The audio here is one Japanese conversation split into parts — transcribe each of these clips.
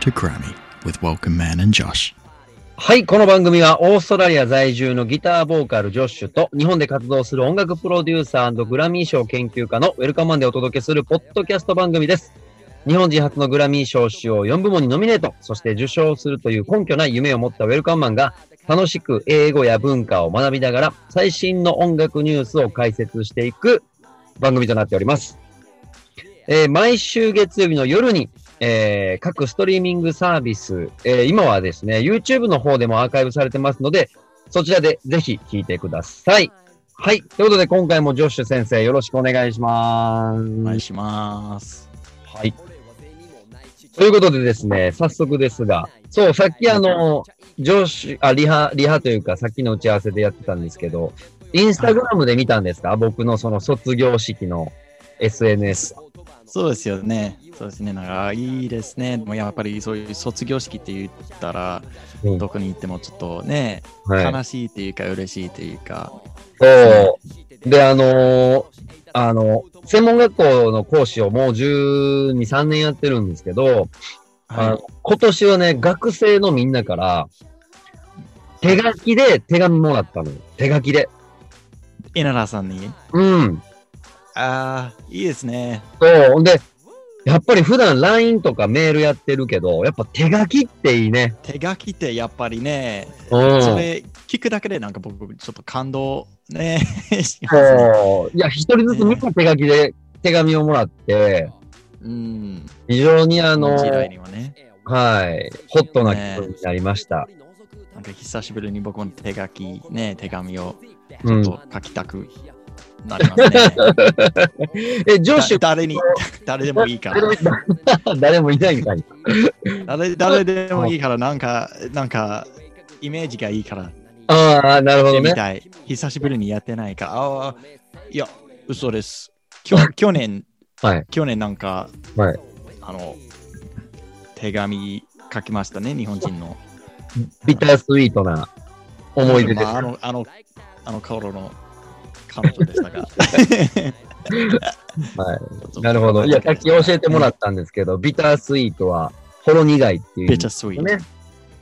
to Grammy with Welcome Man and Josh. はい、この番組はオーストラリア在住のギターボーカルジョッシュと日本で活動する音楽プロデューサーグラミー賞研究家のウェルカムマンでお届けするポッドキャスト番組です。日本人初のグラミー賞主要4部門にノミネート、そして受賞するという根拠ない夢を持ったウェルカムマンが楽しく英語や文化を学びながら最新の音楽ニュースを解説していく番組となっております。えー毎週月曜日の夜にえー各ストリーミングサービス、えー今はですね、YouTube の方でもアーカイブされてますので、そちらでぜひ聞いてください。はい。ということで、今回もジョッシュ先生、よろしくお願いします。はい。ということでですね、早速ですが、そう、さっきあの、ジョッシュ、あ、リハ、リハというか、さっきの打ち合わせでやってたんですけど、インスタグラムで見たんですか、僕のその卒業式の SNS。そうですよね。そうですね。なんか、いいですね。でもやっぱりそういう卒業式って言ったら、うんどこに行ってもちょっとね、はい。悲しいっていうか、嬉しいっていうか。そう。で、あのーあの、専門学校の講師をもう12、3年やってるんですけど、あはの今年はね、学生のみんなから、手書きで手紙もらったのよ。手書きで。い。稲田さんに。うん。ああ、いいですね。そう。ほんで、やっぱり普段 LINE とかメールやってるけど、やっぱ手書きっていいね。手書きってやっぱりね、うん。そそれ聞くだけでなんか僕、ちょっと感動ね、しますね。う。いや、一人ずつみんな手書きで手紙をもらって、うん。非常にああのー時代にはね、はい、ホットな気分になりました。なんか久しぶりに僕も手書き、ね、手紙をちうょっんと書きたくなりますね。 え、上司だ誰に、誰でもいいから。 誰もいないみたいな。誰誰でもいいから、なんか、なんか、イメージがいいから、ああ、なるほどみね。たい。久しぶりにやってないから、ああ、いや、嘘 です。きょ去年、はい去年なんか、はいあの、手紙書きましたね、日本人の。ビタースイートな思い出です。まあ、あの、あの、あの頃の彼女でした が。 いなるほど。いや、さっき教えてもらったんですけど、ビタースイートはほろ苦いっていう意ビ味タでースイすーよトね。。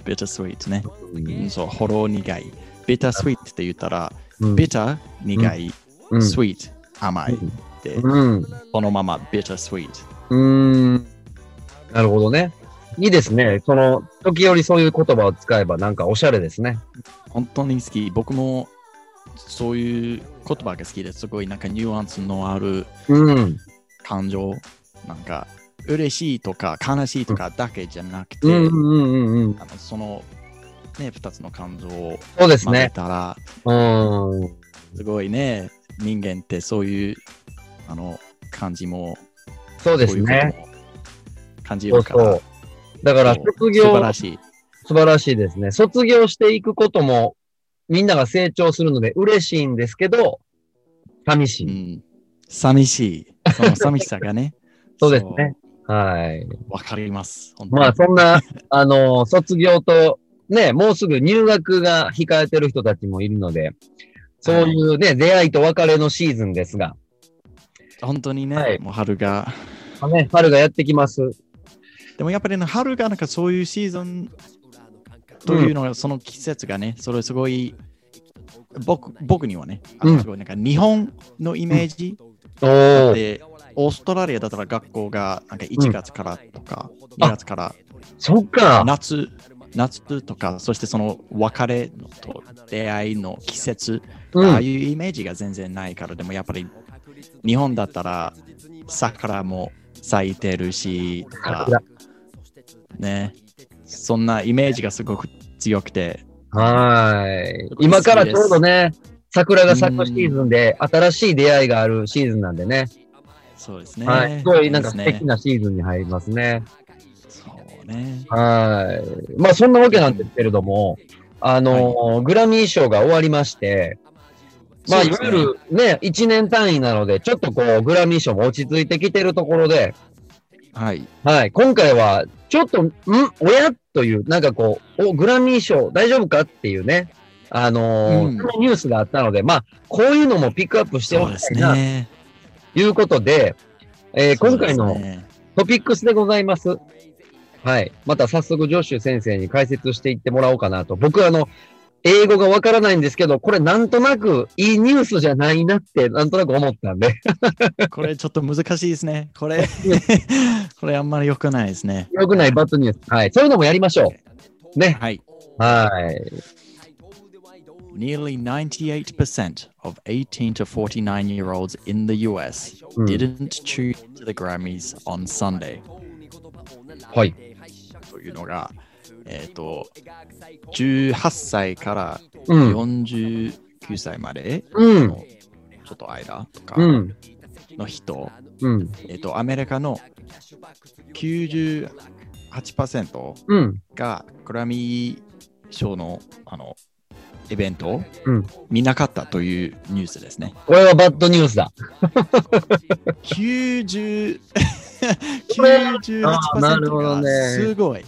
ビタースイートね。うんそう、ほろ苦い。ビタースイートって言ったら、うんビター苦い、うんスイート甘いって、うん。このままビタースイート。うん。なるほどね。いいですね。その、時折そういう言葉を使えば、なんかおしゃれですね。本当に好き。僕もそういう言葉が好きです。すごいなんかニュアンスのあるうん。感情。なんか嬉しいとか悲しいとかだけじゃなくて、うんうんうんうん。あのその、ね、2つの感情をそうです混ぜね。たら、うん。すごいね、人間ってそういうあの感じも、そうですこういうね。ことも感じそうるから、そう。だから、そう卒素業晴らしい。素晴らしいですね。卒業していくことも、みんなが成長するので嬉しいんですけど、寂しうい。。ん、寂しい。その寂しさがね そうですねはい。そう。わかります。本当にまあ、そんな、あの、卒業と、ね、もうすぐ入学が控えてる人たちもいるので、そういうね、出会いと別れのシーズンですが、本当にね、はいもう春が。まあね、春がやってきます。でもやっぱりね、春がなんかそういうシーズンというのが、その季節がね、それすごい、僕僕にはね、あうんのすごいなんか日本のイメージ、おだっー、てオーストラリアだったら学校がなんか1月からとか、あ2月からそっか。夏、夏とか、そしてその別れのと出会いの季節、うああん。いうイメージが全然ないから、でもやっぱり日本だったら桜も咲いてるし、とか桜ね、そんなイメージがすごく強くて、はーい。今からちょうどね、桜が咲くシーズンで、新しい出会いがあるシーズンなんでね。そうですね。はい。すごいなんか素です敵ね。なシーズンに入りますね。そうね。はい。まあそんなわけなんですけれども、あのーグラミー賞が終わりまして、まあそいうでわすねゆるね、1年単位なので、ちょっとこう、グラミー賞も落ち着いてきてるところで、はい。はい、今回は、ちょっと、んおやという、なんかこう、お、グラミー賞大丈夫かっていうね、あのーうんそのニュースがあったので、まあ、こういうのもピックアップしてそおうきですたいな、ね。ということで、えー今回そうのですねトピックスでございます。はい。また早速、ジョッシュ先生に解説していってもらおうかなと。僕、あの、英語がわからないんですけど、これなんとなくいいニュースじゃないなって、なんとなく思ったんで。これちょっと難しいですね。こ れ、これあんまり良くないですね。よくないバッドニュース。はい。そういうのもやりましょう。ね。はい。はい。 Nearly 98% of 18 to 49 year olds in the US うん didn't tune to the Grammys on Sunday はい。というのが、えっ、と、18歳からうん。 49歳まで、うん。ちょっと間とかうん。の人、うん。えっ、と、アメリカの98%うん。がグラミー賞のあのイベントをうん見なかったというニュースですね。これはバッドニュースだ。 90あーなる98%ほどがねすごい。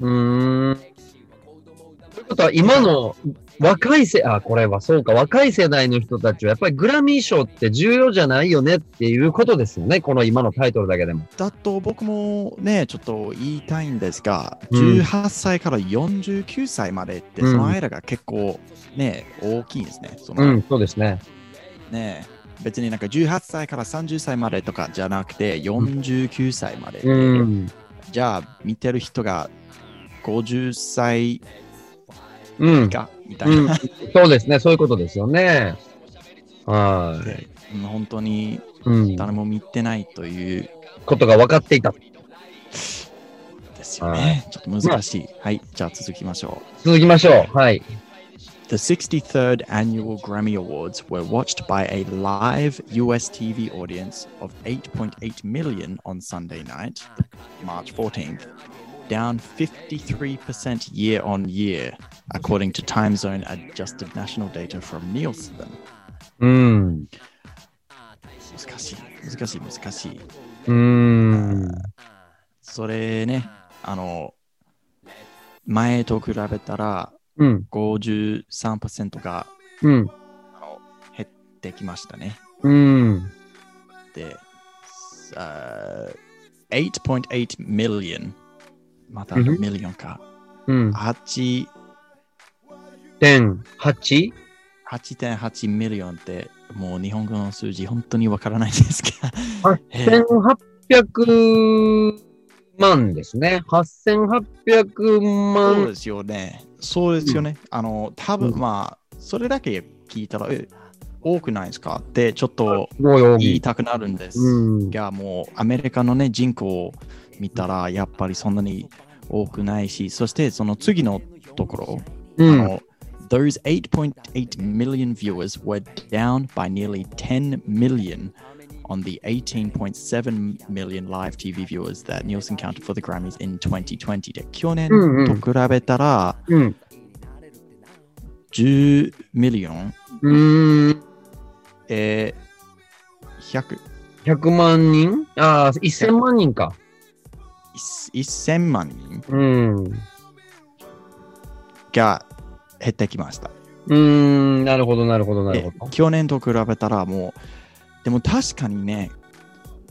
うーん。ということは、今の若い世、あ、これはそうか、若い世代の人たちは、やっぱりグラミー賞って重要じゃないよねっていうことですよね。この今のタイトルだけでも。だと僕もね、ちょっと言いたいんですが、うん18歳から49歳までって、うんその間が結構ね、大きいんですね。そのうん、そうですね。ね別になんか18歳から30歳までとかじゃなくて、49歳まで。うん。じゃあ見てる人が50歳うん。かみたいうんな、、そうですね。そういうことですよね。はい。うん本当にうん。誰も見てないということが分かっていた。ですよね。ちょっと難しい。はい、じゃあ続きましょう。続きましょう。はい。 The 63rd Annual Grammy Awards were watched by a live US TV audience of 8.8 million on Sunday night, March 14th, down 53% year on year, according to time zone adjusted national data from Nielsen. うん。難しい、難しい、難しい。うん。それね、あの、前と比べたらうん。 53%がうん。あの減ってきましたね。うん。で、あー8.8 million。またうんふんミリオンか。うん。 8点八8.8ミリオンって、もう日本語の数字、本当にわからないんですが。 えー8800万ですね。8800そう万。ですよね。そうですよね。あの、多分うんまあ、それだけ聞いたら、え多くないですかって、ちょっとすごい多言いい。たくなるんです。うん。がもうアメリカのね人口を見たらやっぱりそんなに多くないしそしてその次のところ、うあん。の Those 8.8 million viewers were down by nearly 10 million on the 18.7 million live TV viewers that Nielsen counted for the Grammys in 2020で去年うんうんと比べたらうん。 10ミリオン、うん。えー、100 100万人ああ、1000万人か。 1000万人うん。うが減ってきました。ーん。なるほど、なるほど、なるほでど。去年と比べたらもう、でも確かにね、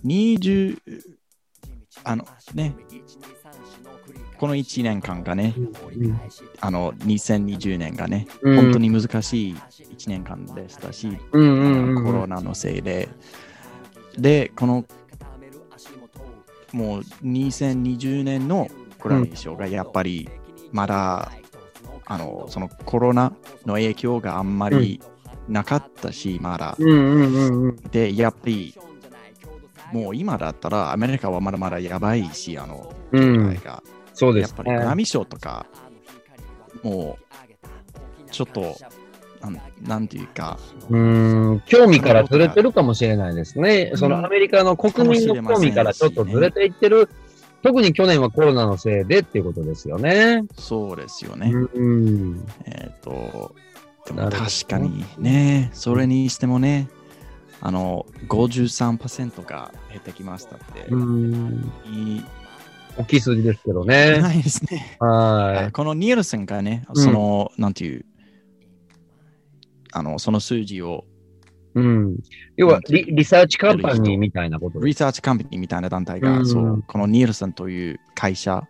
20、あのね、この1年間がね、うんあの2020年がね、うん本当に難しい1年間でしたし、うんうあんのコうんロナのせいで、で、このもう2020年のグラミー賞がやっぱりまだ、あのそのコロナの影響があんまりなかったし、まだ。うんうんうんうん。で、やっぱり、もう今だったらアメリカはまだまだやばいし、あの、うんがそうでやっすぱりグラね。ミー賞とか、もう、ちょっと、なんなんていうか、うーん。興味からずれてるかもしれないですね。うんそのアメリカの国民の興味からちょっとずれていってる。特に去年はコロナのせいでっていうことですよね。そうですようね。ん。えっ、と、でなもるほど確かにね、それにしてもね、あの、53%が減ってきましたって、うん。いい大きい数字ですけど少ね。ないですね。はこのニエルセンがね、んその、なんていう、あの、その数字をい。うん。要はリ、リサーチカンパニーみたいなことでリサーチカンパニーみたいな団体が、うんそうこのニールセンという会社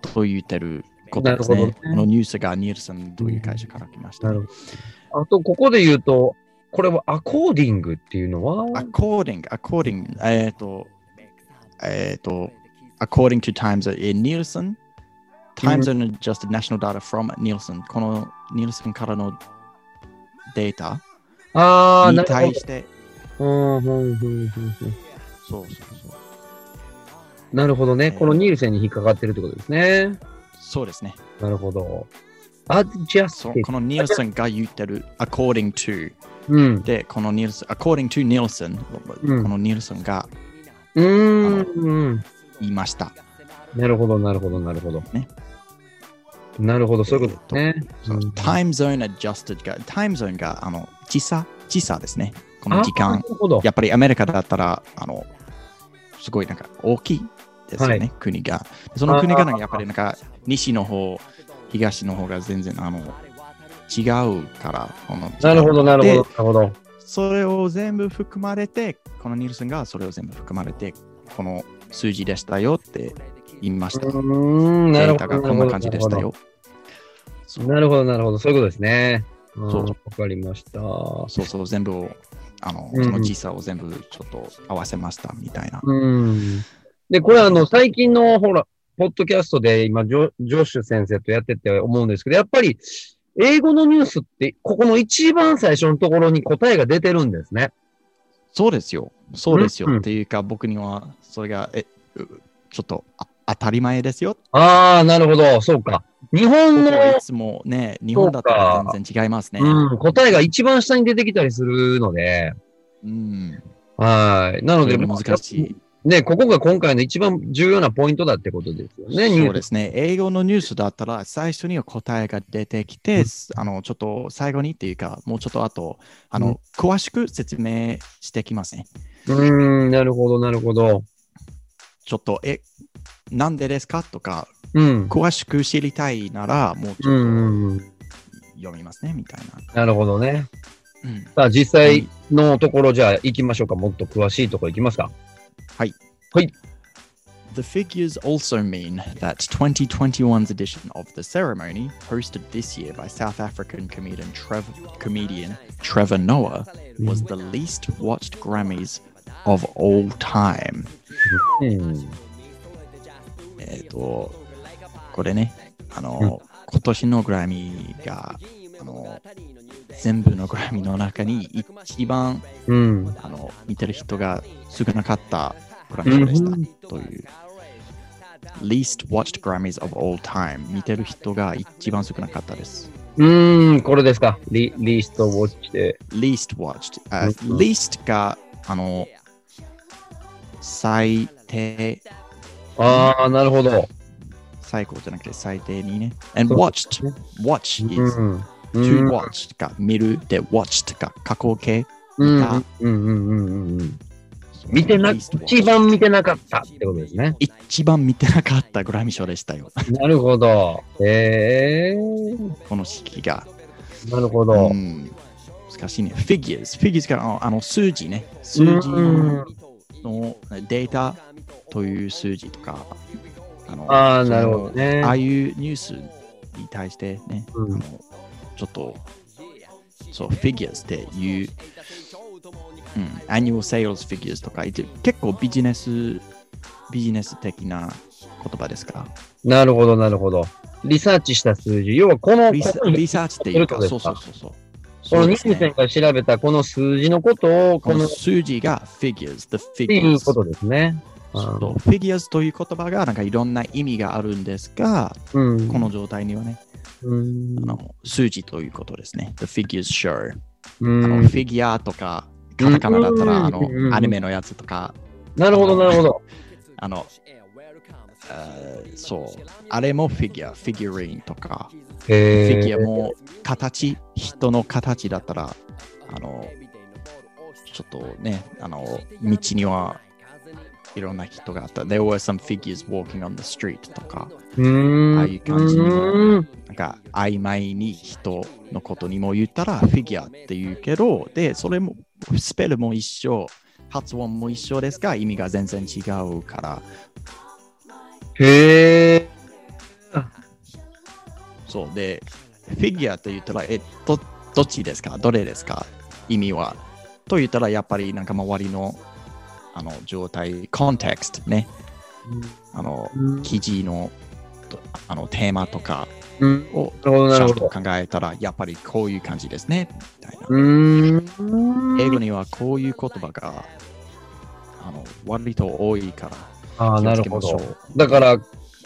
と言ってることですなね。るほどねこのニュースがニールセンという会社から来ました。なるほど。あと、ここで言うと、これはアコーディングっていうのは、 according, according, えっと、えっと、according to times in Nielsen, times and adjusted national data from Nielsen, この Nielsen からのデータああ、になるほ対して、ど。うんうんうんうんうんそうそうそう。なるほどね。このニールセンに引っかかってるってことですね。そうですね。なるほど。アドジャスそうティこの Nielsen が言ってる according to うん。で、この Nielsen、according to Nielsen、うんこの Nielsen がうーんうん。言いました。なるほど、なるほど、なるほど。ねなるほど、そういうことですね。そううんタイムゾーン adjusted が、タイムゾーンがあの時差、時差ですね。この時あー間な。るほど。やっぱりアメリカだったら、あの、すごいなんか大きいですよね、は国が。その国がなんあかーやっぱりなんか西の方、東の方が全然あの違うから、このなるほど、なるほど、なでるほど。それを全部含まれて、このニルソンがそれを全部含まれて、この数字でしたよって言いました。うーん、なデーるほタど。がこんな感じでしたよ。そうなるほど。なるほど、なるほど。そういうことですね。うんそうわかりました。うそうそう、全部を、あの、うんその時差を全部ちょっと合わせましたみたいな。ん。で、これあの、最近の、ほら、ポッドキャストで今ジョ、ジョッシュ先生とやってて思うんですけど、やっぱり、英語のニュースって、ここの一番最初のところに答えが出てるんですね。そうですよ。そうですよ。うんうんっていうか、僕にはそれが、え、うちょっとあ当たり前ですよ。ああ、なるほど。そうか。日本僕の、はいつもね、日本だったら全然違いますね。うん、答えが一番下に出てきたりするので、うん。はい。なのそで、れも難しい。ね、ここが今回の一番重要なポイントだってことですよね、ニュースそうですね。英語のニュースだったら、最初には答えが出てきて、あの、ちょっと最後にっていうか、もうちょっと後、あの、う詳しく説明してきますね。うーん、なるほど、なるほど。ちょっと、え、なんでですかとか、うん。詳しく知りたいなら、もうちうんょっとうんうん。読みますね、みたいな。なるほどね。うんさあ、実際のところ、じゃあ行きましょうか。もっと詳しいところ行きますか。 The figures also mean that 2021's edition of the ceremony, hosted this year by South African comedian Trevor, comedian Trevor Noah, was the least watched Grammys of all time. うん。えっ、と、これね、あの、今年のグラミーが、あの、全部のグラミーの中に一番、うん。あの、見てる人が少なかったグラミーでした、うんという。least watched Grammys of all time 見てる人が一番少なかったです。うーん、これですか。リリーストウォッチで。 least watched、あうん least があの最低ああ、なるほど。最高じゃなくて最低にね。and そう watched watch う is ん。う to ん。 watch が見るで watched が過去形うん見たうんうんうんうん。見てな、 least watched 一番見てなかったってことですね。一番見てなかったグラミー賞でしたよ。 なるほど。ええー。この式が。なるほど。うん、難しいね。figures。figures があのあの数字ね。数字うんのデータという数字とか、あのああ、そのなるほどね。ああいうニュースに対してね、うんあのちょっと、そう、figures っていう、うん、annual sales figures とか、一結構ビジネス、ビジネス的な言葉ですから、なるほど、なるほど。リサーチした数字。要は、この、リサここにリサーチっていうか、そうですそうかそうそうそう。こそうのでニすューセねンが調べたこの数字のことを、ここの、のっ数字が figures、the ていう figures。ことですね。あそう figures という言葉がなんかいろんな意味があるんですが、うん。この状態にはね、うんあの数字ということですね。The figures show、うんあのフィギュアとか、カタカナだったうんらあの、うんアニメのやつとか、なるほど、なるほど。あの、あーそう、あれもフィギュア、フィギュリンとか、フィへギュアえ。も形、人の形だったら、あの、ちょっとね、あの、道にはいろんな人があった。There were some figures walking on the street とか、うーん。ああいう感じにうんなんか曖昧に人のことにも言ったらフィギュアって言うけど、で、それもスペルも一緒、発音も一緒ですが、意味が全然違うから、へえ。そうで、フィギュアって言ったら、え、どどっちですかどれですか意味は。と言ったら、やっぱりなんか周りのあの状態、コンテクストね、あのうん記事のとあのテーマとかうん。をなるほちど、なゃるんほとど。考えたら、やっぱりこういう感じですね。みたいなうーん。英語にはこういう言葉があの割と多いからああ、なるほ気をつけどまし。ょうだから、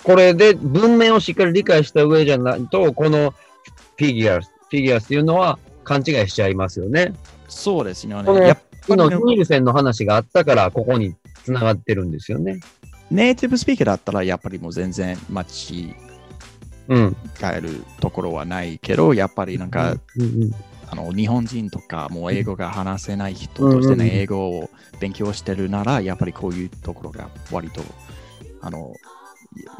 これで文面をしっかり理解した上じゃないと、このフィギュアス、フィギュアスっていうのは勘違いしちゃいますよね。そうですよこのね。やっぱ今、りニねールセンの話があったから、ここに繋がってるんですよね。ネイティブスピーカーだったらやっぱりもう全然間違うん。えるところはないけど、やっぱりなんか、うんうんあの日本人とかもう英語が話せない人としてうんうんね、英語を勉強してるなら、やっぱりこういうところが割とあの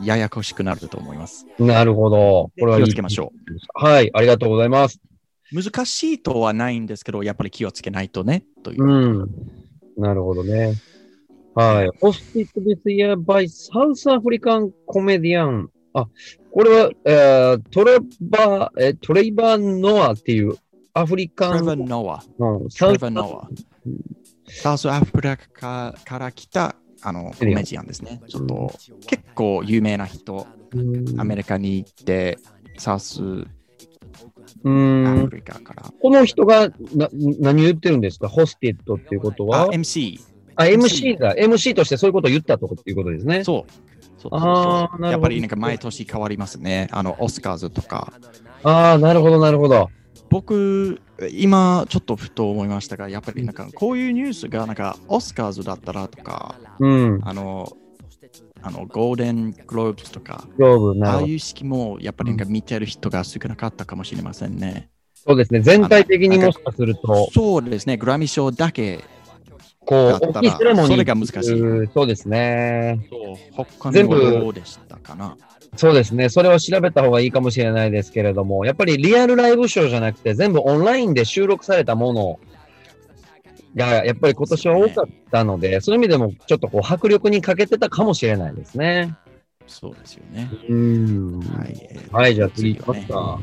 やややこしくなると思います。なるほど。こ気れはいいをつけましょはい、ありがとうございます。う。難しいとはないんですけど、やっぱり気をつけないとね、というう。ん。なるほどね。はい。ホスティックディスイヤーバイサウスアフリカンコメディアン。あ、これは、えートレバー、えートレイバー・ノアっていうアフリトカレン、バー・ノア。うん、サトウレスバー・ノア。サウスアフリカから来たあのコメディアンですね。ちょっと結構有名な人、うんアメリカに行って、サウスうアんフ。リカから。この人がな何を言ってるんですかホスティットっていうことあは、 MC。あ、MC だ。MC としてそういうことを言ったとっていうことですね。そう。そうそうそうあーなるほどやっぱりなんか毎年変わりますね。あの、オスカーズとか。ああ、なるほど、なるほど。僕、今ちょっとふと思いましたが、やっぱりなんかこういうニュースがなんかオスカーズだったらとか、うん。あの、あのゴールデン・グローブスとか、上部、なるああほどい。う式もやっぱりなんか見てる人が少なかったかもしれませんね。そうですね。全体的にもしかすると、そうですね、グラミー賞だけ、こう、だったら大きいセレモニー。それが難しい。そうですね。他全の部はどうでしたかなそうですね。それを調べた方がいいかもしれないですけれども、やっぱりリアルライブショーじゃなくて、全部オンラインで収録されたものが、やっぱり今年は多かったので、そういう意味でも、ちょっとこう、迫力に欠けてたかもしれないですね。そうですよね。うん。はい。えーはい、じゃあ次行きますか。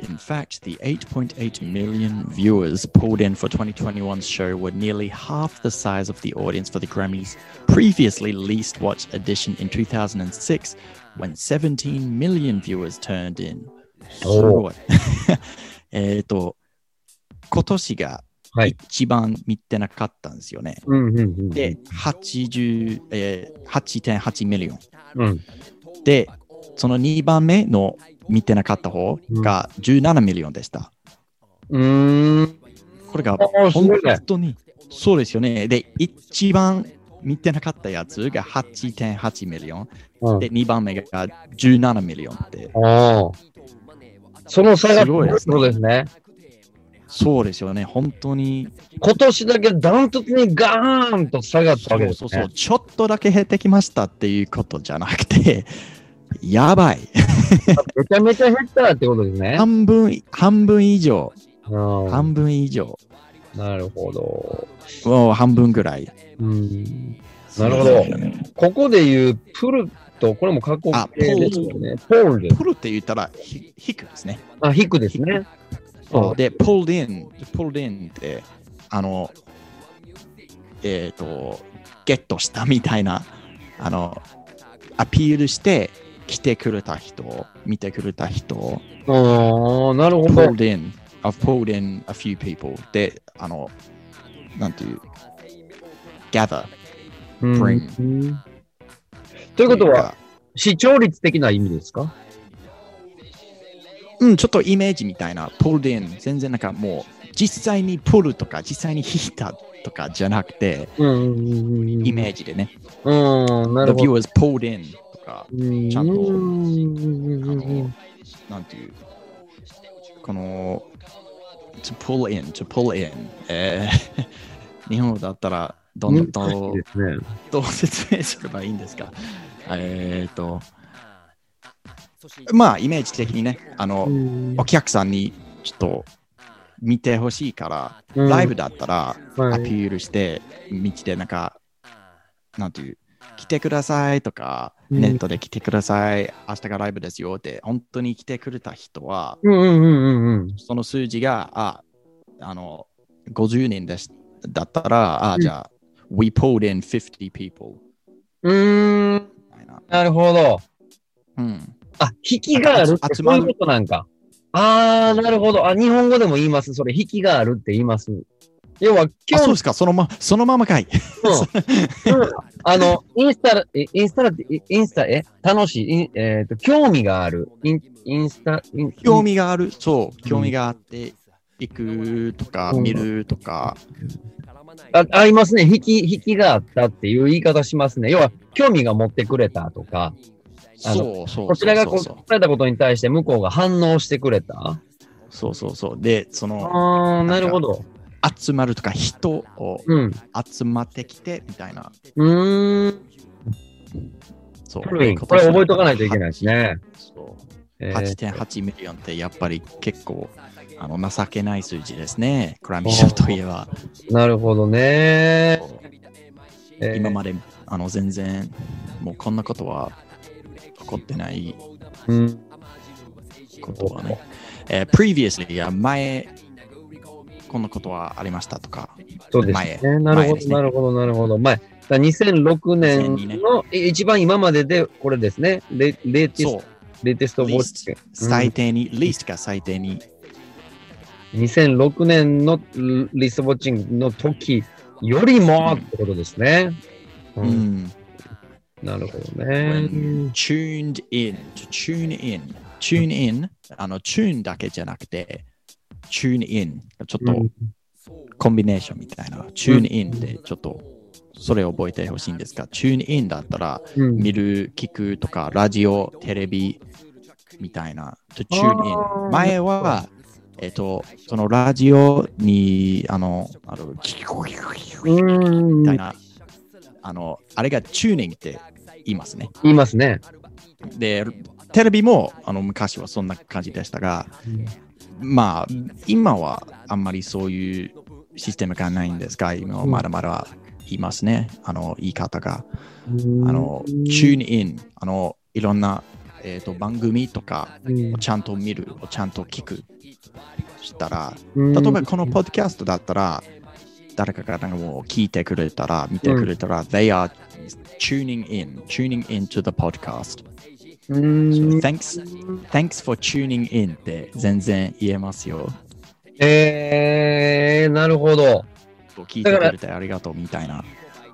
In fact, the 8.8 million viewers pulled in for 2021's show were nearly half the size of the audience for the Grammys' previously least watched edition in 2006, when 17 million viewers turned in. す Oh. ごい。 えっと、今年がはい一番見てなかったんですよね。うん、うん、うん。で、80えー8.8ミリオン。うん。で、その2番目の見てなかった方が17ミリオンでした。うーん。これがあ、す本ごいね。当にそうですよね。で、一番見てなかったやつが8.8ミリオン。うんで、2番目が17ミリオンって。ああ。その差がすごいですねそうですね。そうですよね。本当に今年だけダントツにガーンと下がったそわけでうすそうね。そう、ちょっとだけ減ってきましたっていうことじゃなくて、やばい、めちゃめちゃ減ったってことですね。半分、半分以上、うん半分以上、なるほど。もう半分ぐらい。うんなるほそどうですねここで言うプルと、これも過去あ形ですよね。ポールです。ポルって言ったら、ひ引くですね。あ、ヒクですね。そうで、ポールイン、ポールインって、あの、えっ、と、ゲットしたみたいな、あの、アピールして、来てくれた人、見てくれた人、ああ、なるほど。 pulled in. I've pulled in a few people. で、あの、なんていう、gather うんブリンというこというは、か、視聴率的な意味ですかうん、ちょっとイメージみたいな、pulled in。全然なんかもう、実際に pull とか、実際に引いたとかじゃなくて、うんうんうんうん。イメージでね、うん、な the るほど。 viewers pulled in とか、うんちゃんとうんあうんうんうんの、なんていう、この、to pull in, to pull in。えー 日本語だったら、どん難しどんい ですね。どう説明すればいいんですかえっ、と、まあ、イメージ的にね、あの、うんお客さんにちょっと見てほしいから、うんライブだったらはアいピールして、道でなんか、なんていう、来てくださいとか、うんネットで来てください、明日がライブですよって、本当に来てくれた人は、うんうんうんうんうん。その数字が、あ、あの、50人ですだったら、あ、うんじゃあ、we pulled in 50 people うーん、みたいな。なるほど。うん。あ、引きがあるって集そまるういうことなんか。あー、なるほど。あ、日本語でも言います。それ、引きがあるって言います。要は、あ、今そう日ですか、そのま、そのままかい。うんうんあの、インスタ、えインスタだって、イインスタ、え、楽しい、インえっ、と、興味がある。イン、インスタ、イン興味がある、そう、興味があって、行くとか、うん見るとか、あ、ありますね。引き、引きがあったっていう言い方しますね。要は、興味が持ってくれたとか、あのそうそう。こちらがそこ、ううそう伝えたことに対して向こうが反応してくれた。そうそうそう。で、その、あー、なるほど。集まるとか、人をうん。集まってきて、みたいな。うーん。そう。古いこれ覚えとかないといけないですね。そう。えー8.8ミリオンって、やっぱり結構、あの、情けない数字ですね。クラミショといえば。なるほどね。えー今まで、あの、全然、もうこんなことは起こってないうん。ことはね。えー previously いや前、こんなことはありましたとか、そうですね。なる前ほですど、ねなるほど、なるほど。前。だから2006 2002ね年のい一番今までで、これですね。レレーティスそトう、レーティストボイス least。最低に、least が最低に、 2006年のリストウォッチングの時よりもってことですね。ううんん、なるほど when ね。 tuned in, to tune in, tune in, あの、tune だけじゃなくて、tune in がちょっうとんコンビネーションみたいな、tune in でちょっとそれを覚えてほしいんですが、tune in だったら、うん見る、聞くとか、ラジオ、テレビみたいな、to tune あ in。ー前は、えっと、そのラジオに、あの、あの、キコキコキコうみたんい。な、あの、あれがチューニングって言いますね。言いますね。で、テレビも、あの、昔はそんな感じでしたが、まあ、今はあんまりそういうシステムがないんですが、今はまだまだいますね、あの、言い方が。ああの、チューンイン、あの、いろんな、えー、と番組とかをちゃんと見る、をちゃんと聞く。したら、例えばこのポッドキャストだったら、誰かがなんかもう聞いてくれたら、見てくれたら、they are tuning in, tuning into the podcast.、うん、 thanks, thanks for tuning in って全然言えますよ。えー、なるほど。聞いてくれてありがとうみたいな。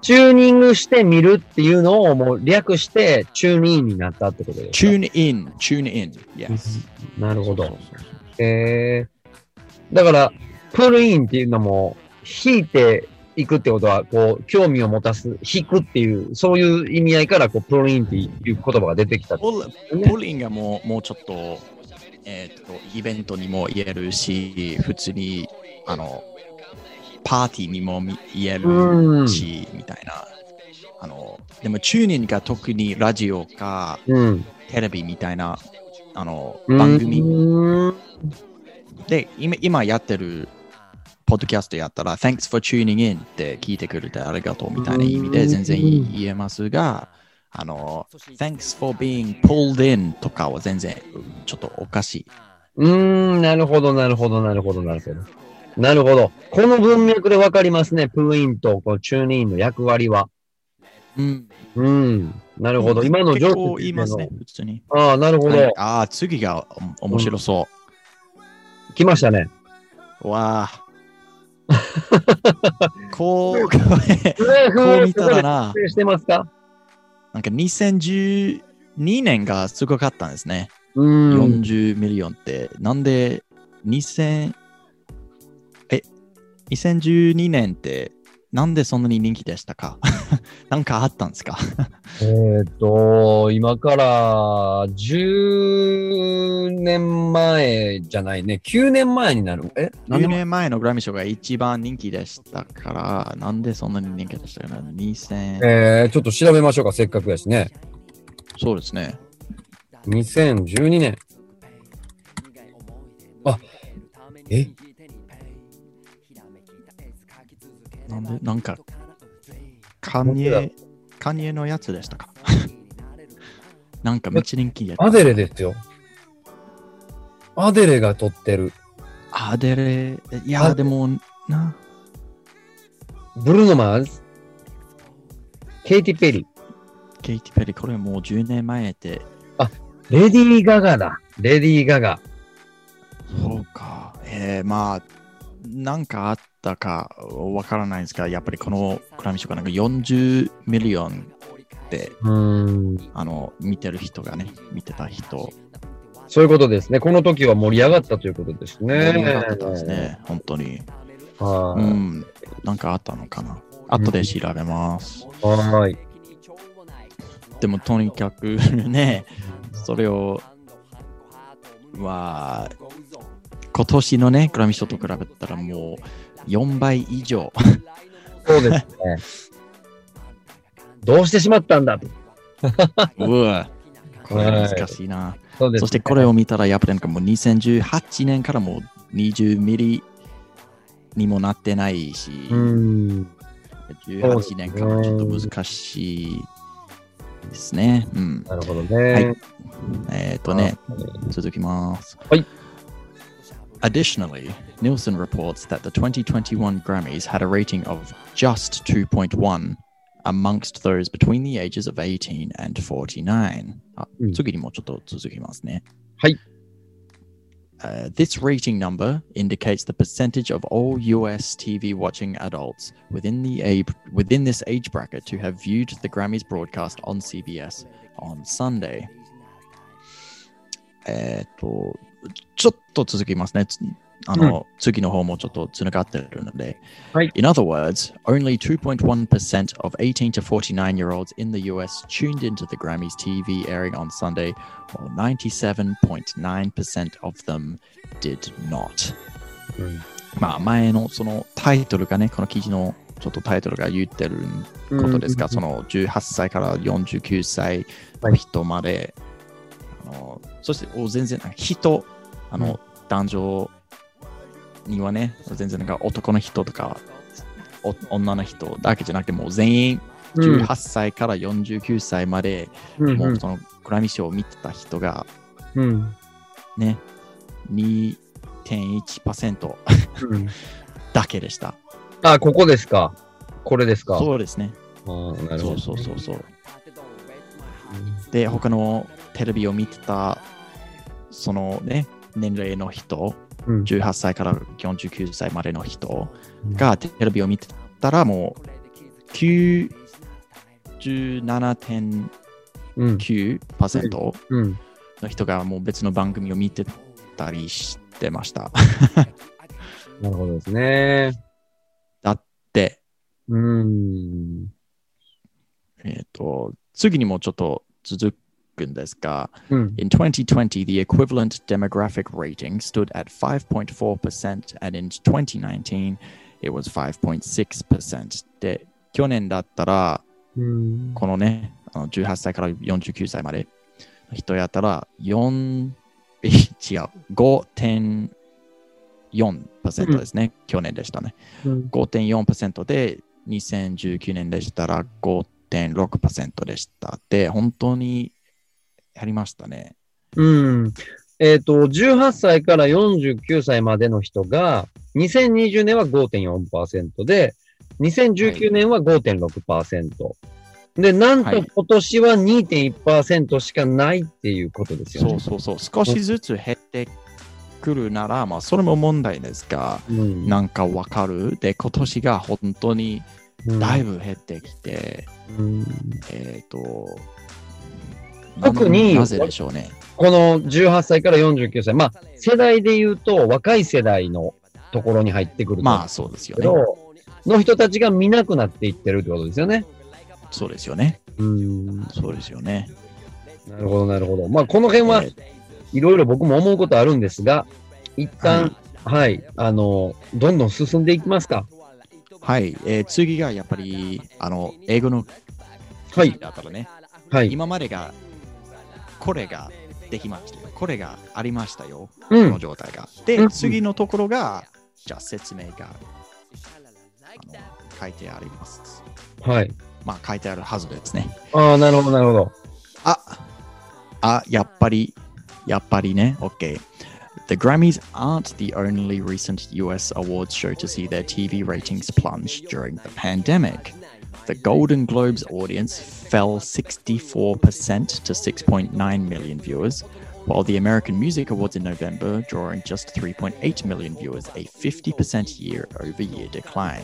チューニングしてみるっていうのをもう略してチューニングになったってことですか。 tune in, tune in, yes. なるほど。えー、だから、プールインっていうのも、引いていくってことは、こう、興味を持たす、引くっていう、そういう意味合いから、こう、プールインっていう言葉が出てきた。ポルポリンがもうもうちょっと,、えー、とイベントにも言えるし普通にあのパーティーにもみ言えうんるし、みたいなあのでもチューニングが特にラジオかうん。テレビみたいなあのうん番組うんで今今やってるポッドキャストやったら Thanks for tuning in って聞いてくれてありがとうみたいな意味で全然言い言えますがあの Thanks for being pulled in とかは全然ちょっとおかしい。うーん、なるほど、なるほど、なるほど、なるほど。なるほど。この文脈でわかりますね。プールインとこうチューニンの役割は。うん、うん。なるほど。今の結上構言いますね、普通に。ああ、なるほはいど。ああ、次がお面白そ来ましたね。う。わ あ。こう、これ、これこう見たらな、してますかなんか2012年がすごかったんですね。うん。 40ミリオンって、なんで2000、え、2012年って、なんでそんなに人気でしたか なんかあったんですかえーっ、と、今から10年前じゃないね。9年前になる。え何 ?9 年前年前のグラミー賞が一番人気でしたから、なんでそんなに人気でしたかな ?2000、えー、ちょっと調べましょうか。せっかくやしね。そうですね。 2012年。あ、えなんでなんか、カニエ、カニエのやつでしたかなんかめっちゃ人気やったアデレですよ。アデレが取ってる。アデレ、いアデや、レでもな、ブルーノ・マーズ、ケイティ・ペリー、ケイティ・ペリ、これもう10年前で、レディー・ガガだ。レディー・ガガ。そうか、えー、まあ、なんかあったかわからないんですが、やっぱりこのクラミショーがなんか40ミリオンで、うーん。あの、見てる人がね、見てた人、そういうことですね。この時は盛り上がったということですね。盛り上がってたんですね、本当に。はうい。ん、なんかあったのかな。後で調べます。はーい。でも、とにかくね、それを、は、今年のね、グラミー賞と比べたらもう4倍以上。そうですね。どうしてしまったんだと。う わこれ難しいな。そうですねそしてこれを見たら、やっぱりなんかもう2018年からもう20ミリにもなってないし、うーん。 18年からちょっと難しいですね。うん。なるほどはねい。えっ、とね、続きます。はい。 Additionally, Nielsen reports that the 2021 Grammys had a rating of just 2.1 amongst those between the ages of 18 and Ah, 49. あうん次にもちょっと続きますね。はい。 Uh, this rating number indicates the percentage of all U.S. TV watching adults within the age, within this age bracket to have viewed the Grammys broadcast on CBS on Sunday. えーっと、ちょっと続きますね。つあの、次の方もちょっとつながってるので。はい In other words, only 2.1% of 18 to 49 year olds in the US tuned into the Grammys TV airing on Sunday, while 97.9% of them did not. うんまあ、前のそのタイトルがね、この記事のちょっとタイトルが言ってるんことですが、その18歳から49歳の人まで、あのそしてお全然、人、あの、う男女にはね、全然なんか男の人とか、お女の人だけじゃなくて、もう全員18歳から49歳まで、うんもうそのグラミー賞を見てた人がうんうんね、2.1%うんだけでした。あ、ここですか。これですか。そうですね。あーなるそほうど。そうそうそう。で、他のテレビを見てた、そのね、年齢の人、うん18歳から49歳までの人がテレビを見てたら、もう97.9%うん。うん。の人がもう別の番組を見てたりしてました。なるほどですね。だって、うーん。えっ、と、次にもちょっと続くんですが、うん。 In 2020, the equivalent demographic rating stood at 5.4%, and in 2019, it was 5.6%. で、去年だったら、うん。このね、あの18歳から49歳までの人やったら、4、え違う、5.4%ですね、去年でしたね。うん5.4%で、2019年でしたら5.6%でした。で、本当にやりましたね。うん。えっ、と、18歳から49歳までの人が、2020年は5.4%で、2019年は5.6%。で、なんはとい今年は2.1%しかないっていうことですよね。そうそうそう、少しずつ減ってくるなら、まあ、それも問題ですが、うんなんかわかる。で、今年が本当にうんだいぶ減ってきて、うんえっ、と、特にななぜでしょうね。この18歳から49歳、まあ、世代で言うと若い世代のところに入ってくると思まうんあ、ですそうですよけねど、。の人たちが見なくなっていってるってことですよね。そうですよね。うん。なそうですよね。るほど、なるほど。まあ、この辺はえーいろいろ僕も思うことあるんですが、一旦、はい、あの、どんどん進んでいきますか。 はい、えー次がやっぱり、あの、英語のはい、だったらね、はい。今までが、これができましたよ。これがありましたよ。うこのん、状態が。うで、ん次のところが、じゃあ説明があの書いてあります。はい。まあ、書いてあるはずですね。ああ、なるほど、なるほど。あ、あ、やっぱり、やっぱりね。Okay. The Grammys aren't the only recent US awards show to see their TV ratings plunge during the pandemic. The Golden Globes audience fell 64% to 6.9 million viewers, while the American Music Awards in November drawing just 3.8 million viewers, a 50% year over year decline.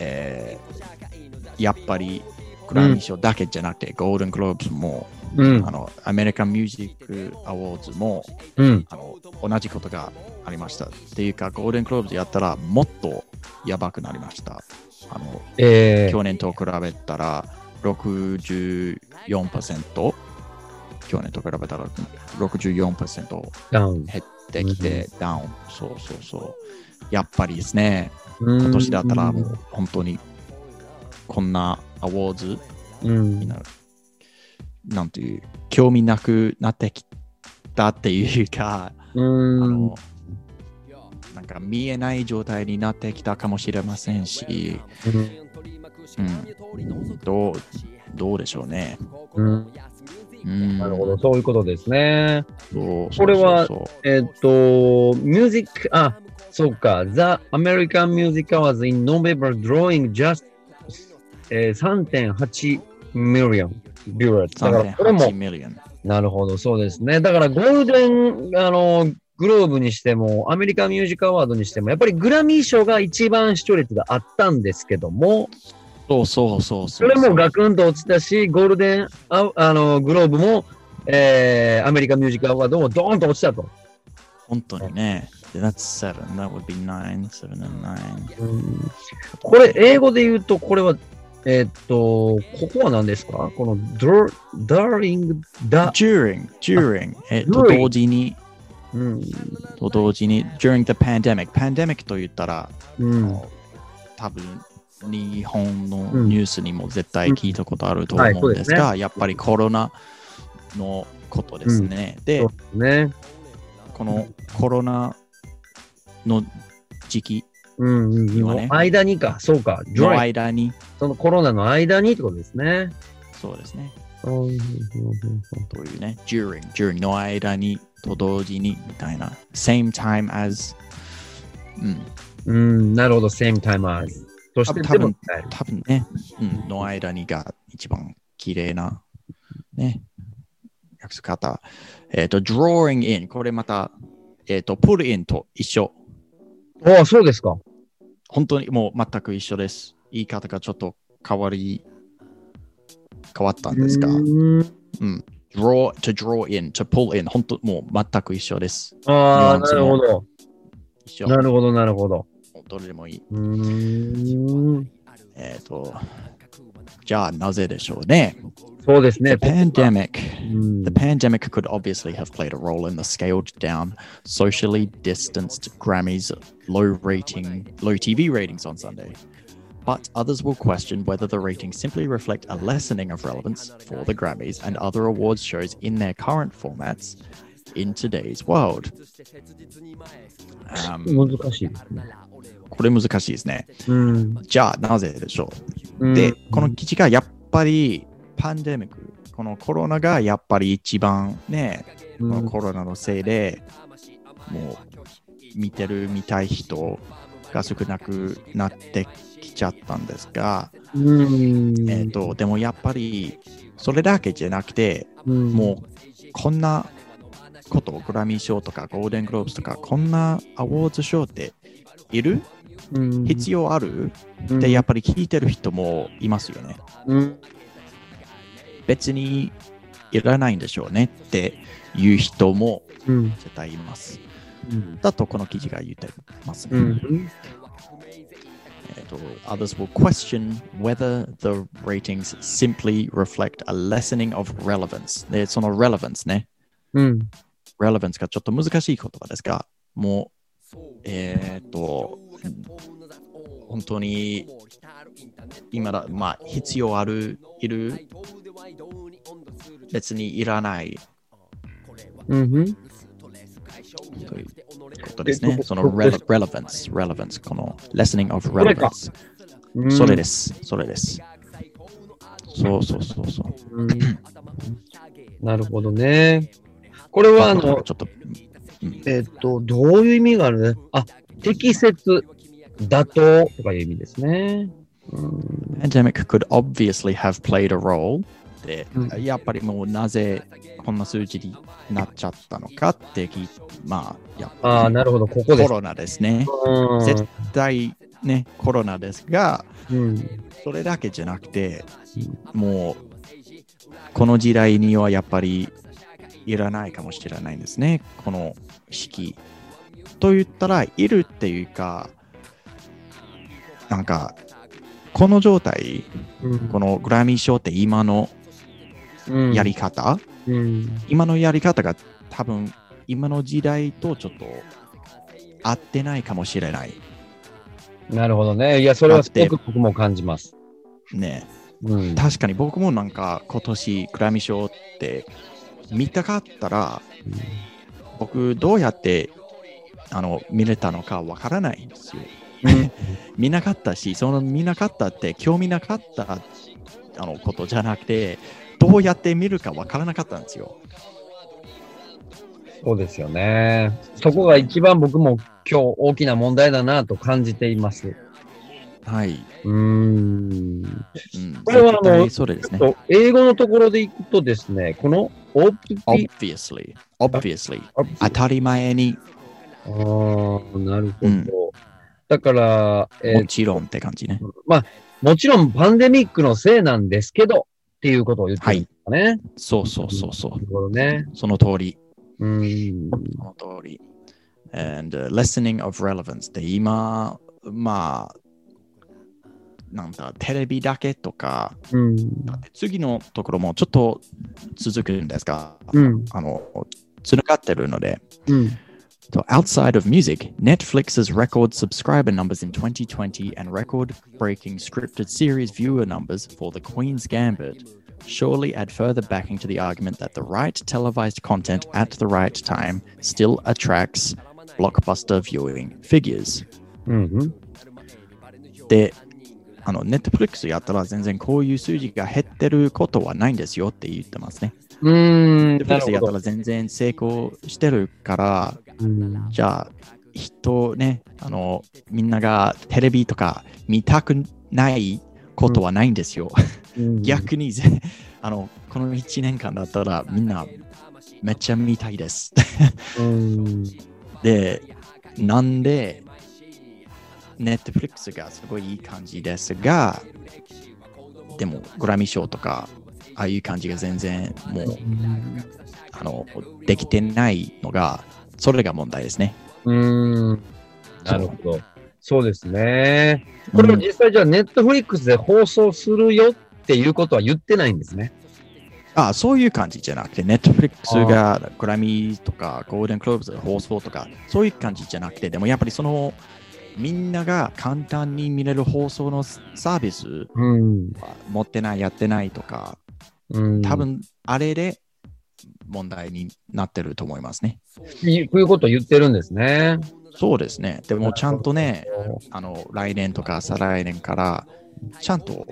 Eh, えーやっぱりグラミー賞だけじゃなくて、ゴールデングローブズも、うんあ。のアメリカンミュージックアワーズもうん。あの同じことがありました。っていうか、ゴールデングローブズやったらもっとやばくなりました。あのえー、去年と比べたら64%去年と比べたら64%ダウン。減ってきてダウン、そうそうそうやっぱりですね今今年だったらもう本当にこんなアワーズうみんん。ななんていう興味なくなってきたっていうか、うん。あのなんか見えない状態になってきたかもしれませんし、うんうん、どうどうでしょうね。うんうん、なるほど、そういうことですね。そうこれはそうそうえっと、ミュージック、あ、そうか、The American Music Awards in November drawing just、えー、3.8 million viewers。だから、これ3.8も、ミリオン。なるほど、そうですね。だから、ゴールデン、あの、グローブにしても、アメリカンミュージックアワードにしても、やっぱりグラミー賞が一番視聴率があったんですけども、そうそうそうそ。そうれもガクンと落ちたし、ゴールデンああのグローブも、えー、アメリカミュージックアワードもドーンと落ちたと。本当にね。で That's seven. That would be nine. Seven and nine. これ、英語で言うと、これは、えーっと、ここは何ですかこのド、ダーリング、ダ、 During, during. えっと、 during 同時に、うん、と同時に、during the pandemic. pandemic と言ったら、うん、多分、日本のうんニュースにも絶対聞いたことあるとはい思うんですそうが、やっぱりコロナのことですね。でそう、ですね。このコロナの時期うん、うんうん、今ね間にか、そうか、ドのライ、間に、そのコロナの間にってことですね。そうですね。うんうんうんというね、during, during の間に、と同時にみたいな、same time as、うん、うんうん、なるほど、same time as。そして、多分でも多分ね、うん、の間にが一番綺麗な、ね、訳し方。えっ、と、drawing in、これまた、えっ、と、pull in と一緒。ああ、そうですか。本当にもう全く一緒です。言い方がちょっと変わり、変わったんですが、うん draw, to draw in, to pull in、本当もう全く一緒です。ニュああ、アンなスるもほど。一緒。なるほど、なるほど。どれでもいい。うーん。えっ、と、じゃあなぜでしょうね。そうです The ね。pandemic. うん The pandemic could obviously have played a role in the scaled down, socially distanced Grammys' low rating, low TV ratings on Sunday. But others will question whether the ratings simply reflect a lessening of relevance for the Grammys and other awards shows in their current formats in today's world. Um, 難しいですね。これ難しいですね。うん。じゃあなぜでしょううんで、この記事がやっぱりパンデミック、このコロナがやっぱり一番ね、うんこのコロナのせいでもう見てる見たい人が少なくなってきちゃったんですが、うんえっとでもやっぱりそれだけじゃなくて、うんもうこんなこと、グラミー賞とかゴールデングローブスとか、こんなアワーズ賞っているうん必要あるうっんてやっぱり聞いてる人もいますよね。うん別にいらないんでしょうねっていう人もうん絶対います。うんだとこの記事が言ってますね。うんえっと Others will question whether the ratings simply reflect a lessening of relevance. で、その relevance ね。うん。 relevance がちょっと難しい言葉ですが、もう、えっ、と、本当に今だ、まあ、必要ある、いる、別にいらないうん。ということですねえ。そのここ rele- relevance、relevance、この lessening of れか relevance。うんそれです。それです。そうそうそうそう。うん、なるほどね。これはあの、ちょっと、うん、えっと、どういう意味があるねあ、適切、妥当とかいう意味ですね。うん、 pandemic could obviously have played a role で、うんやっぱりもうなぜこんな数字になっちゃったのかって聞いまあ、やっああ、ぱなるほど、ここりでコす。ロナですね。うん絶対ね、コロナですが、うん、それだけじゃなくて、もうこの時代にはやっぱりいらないかもしれないんですね、この式。と言ったら、いるっていうか、なんか、この状態、うんこのグラミー賞って今のうんやり方、うん今のやり方が多分今の時代とちょっと合ってないかもしれないなるほどね。いや、それはすだごってく僕も感じます。ねうん、確かに僕もなんか今年グラミー賞って見たかったら僕どうやってあの見れたのかわからないんですようん見なかったしその見なかったって興味なかったあのことじゃなくてどうやって見るかわからなかったんですよそうですよね。そこが一番僕も今日大きな問題だなと感じています。はい、うん。うん、これはあの絶対それですねと英語のところでいくとですね、この OPP。 obviously obviously あ当たり前にあー、なるほど。うんだから、えーもちろんって感じね。もちろんパンデミックのせいなんですけど、っていうことを言ってるんですかね。そうそうそうそうな。るほどね。その通り。うん。その通り。And、uh, lessening of relevance で今、まあ、なんだ、テレビだけとか、うん。次のところもちょっと続くんですが、うん。あの、つながってるので、うん。 So outside of music, Netflix's record subscriber numbers in 2020 and record breaking scripted series viewer numbers for The Queen's Gambit surely add further backing to the argument that the right televised content at the right time still attracts blockbuster viewing figures. うん。で、あの、Netflix やったら全然こういう数字が減ってることはないんですよって言ってますね。うん。な Netflix るやっほたど。ら全然成功してるから、うんじゃあ、人ね、あの、みんながテレビとか見たくないことはないんですよ。うん逆にぜ、あの、この1年間だったらみんなめっちゃ見たいです。 うん。で、なんで、Netflix がすごいいい感じですが、でも、グラミー賞とか、ああいう感じが全然もう、あの、できてないのが、それが問題ですね。うん。なるほど。そうですね。これを実際じゃあ、ネットフリックスで放送するよっていうことは言ってないんですね。あそういう感じじゃなくて、Netflix がグラミーとかゴールデンクローブズの放送とか、そういう感じじゃなくて、でもやっぱりその、みんなが簡単に見れる放送のサービスうん。は持ってない、やってないとか、うん。多分あれで問題になってると思いますね。いうこういうことを言ってるんですね。そうですね。でもちゃんとね、あの来年とか再来年から、ちゃんと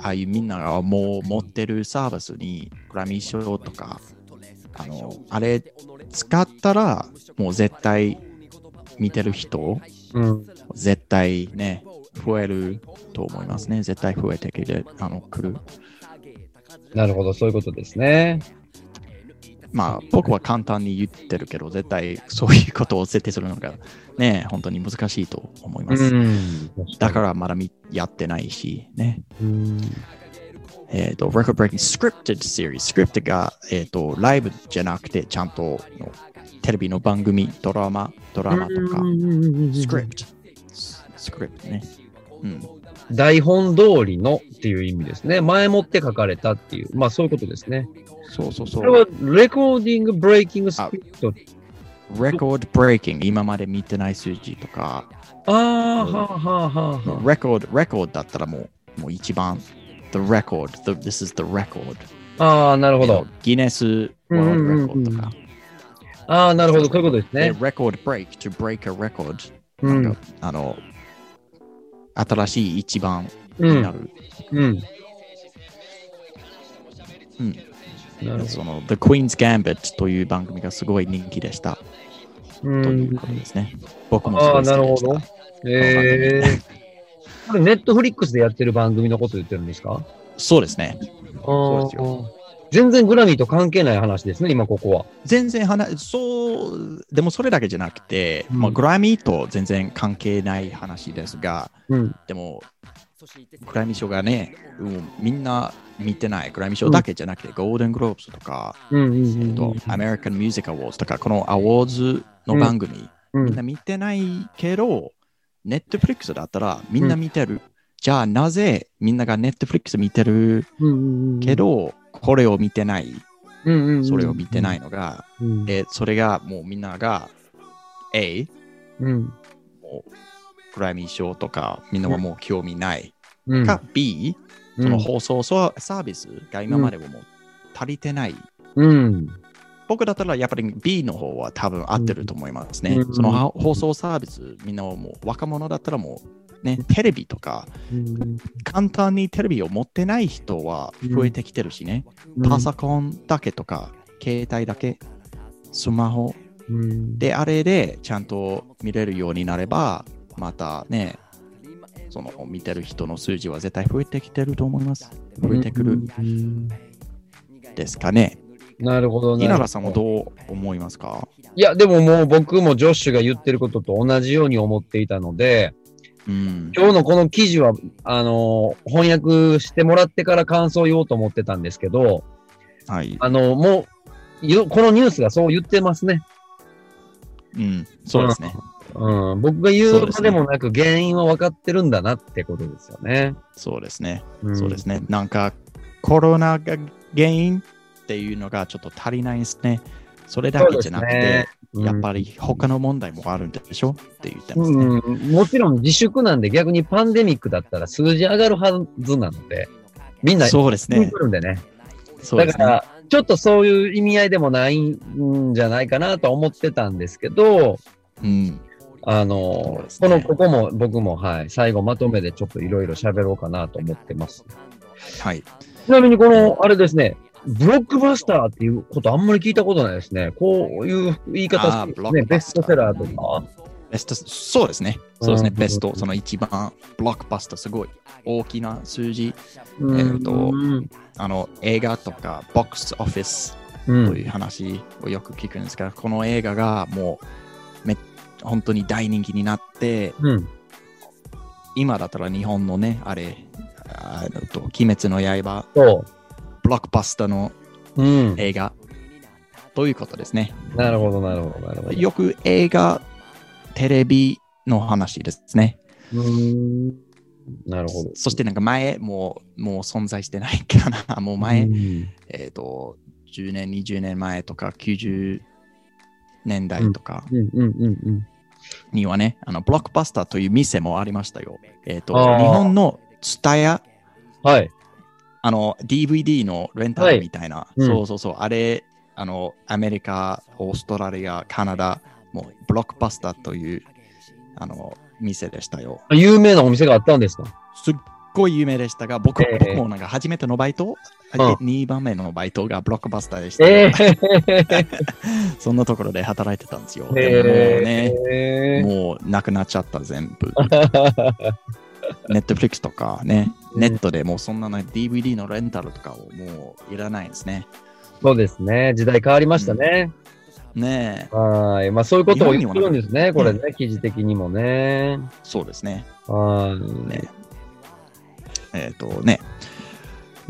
ああいうみんながもう持ってるサービスにグラミー賞とか、あのあれ使ったら、もう絶対見てる人、うん。絶対ね、増えると思いますね。絶対増えてくる。あの来るなるほど、そういうことですね。まあ僕は簡単に言ってるけど、絶対そういうことを設定するのがね、本当に難しいと思います。ん。だからまだみやってないしね。ら、うん。えっ、と、record breaking scripted series。scripted が、えっ、と、ライブじゃなくて、ちゃんとのテレビの番組、ドラマ、ドラマとか、script。script ね。うん。台本通りのっていう意味ですね。前もって書かれたっていう、まあそういうことですね。そうそうそこれはう。レコーディング、ブレイキング、スクリプト。 record breaking。今まで見てない数字とか、ああ、はあはあはあはあ。 record、record だったらもう、もう一番、the record。the, this is the record。ああ、なるほど。ギネス、ワールドレコードとか。ああ、なるほど、そういうことですで、ね。 record break to break a record。うなんんか、あの、新しい一番う。になんる。うん。うんなるほその The Queen's Gambit という番組がすごい人気でしたど。う。というんことですね。僕もすごい好きでした。あーなるほどええこれ、ネットフリックスでやってる番組のこと言ってるんですかそうですね。そうですあー全然グラミーと関係ない話ですね、今ここは。全然話、そう、でもそれだけじゃなくて、うんまあ、グラミーと全然関係ない話ですが、うん。でも、グラミー賞がね、うんみんな見てない、グラミー賞だけじゃなくて、ゴールデングローブスとか、うんうんうえっんうとん。、アメリカン・ミュージック・アワーズとか、このアワーズの番組、うみんなん見てないけど、ネットフリックスだったらみんな見てる。じゃあなぜみんながネットフリックス見てるうんうん。けど、これを見てない、うんうんうん、それを見てないのが、うん。で、それがもうみんなが、えうん。もうグラミー賞とかみんなはもう興味ない。うん。か、B、うんその放送そうサービスが今まではもう足りてない。うん。僕だったらやっぱり B の方は多分合ってると思いますね。うんその放送サービス、みんなはもう若者だったらもうね、テレビとか、うん簡単にテレビを持ってない人は増えてきてるしね、パソコンだけとか、携帯だけ、スマホうんであれでちゃんと見れるようになれば、またね、その見てる人の数字は絶対増えてきてると思います。増えてくるうんですかね。なるほどね。稲田さんはどう思いますか、いや、でももう僕もジョッシュが言ってることと同じように思っていたので、うん、今日のこの記事は、あの、翻訳してもらってから感想を言おうと思ってたんですけど、はい、あの、もう、よこのニュースがそう言ってますね。うん。そうですね。うん、僕が言そううでますでねもなく原因は分かってるんだなってことですよね。そうですね。んそうですね。なんかコロナが原因っていうのがちょっと足りないですね。それだけじゃなくそうてで、うんやっぱり他の問題もあるんでしょって言ってますね。うん、もちろん自粛なんで逆にパンデミックだったら数字上がるはずなので、みんな、そうですね来。るんでね。そうでだすかね。ら、ちょっとそういう意味合いでもないんじゃないかなとは思ってたんですけど、うん。あそのう、ですこねの、ここも僕も、はい、最後まとめでちょっといろいろ喋ろうかなと思ってます。はい。ちなみにこの、あれですね、ブロックバスターっていうことあんまり聞いたことないですね。こういう言いあ方ーすブるロねックベバスストターセラーとか。ベスト、そうですね。そうですね。うんベスト、その一番ブロックバスターすごい大きな数字。うんえーとうんあの、映画とかボックスオフィスうとんいう話をよく聞くんですが、この映画がもうめ本当に大人気になって、うん。今だったら日本のね、あれ、あのと鬼滅の刃、そブロックバスターのう。うん。映画ということですね。なるほど、なるほど、なるほど。よく映画、テレビの話ですね。うーん。なるほど。そしてなんか前、もうもう存在してないかな、もう前、うんえっ、と、10年、20年前とか、90年代とかうんうんうんうん。にはね、あのブロックバスターという店もありましたよ。えっ、と、あー日本のツタヤはい。あの、DVD のレンタルみたいな、いうんそうそうそう、あれ、あの、アメリカ、オーストラリア、カナダ、もう、ブロックバスターという、あの、店でしたよ。有名なお店があったんですかすっごい有名でしたが、僕,、ええ僕もなんか、初めてのバイト、う2番目のバイトがブロックバスターでしたよ、ええ そんなところで働いてたんですよ。でももうね、えもう、なくなっちゃった、全 部。ネットフリックスとかね、うんネットでもう、そんなの DVD のレンタルとかをもう、いらないですね。そうですね。時代変わりましたね。ねえ。はい。まあそういうことを言ってるんですね。これね、記事的にもね。そうですね。はい。ねえっ、とね。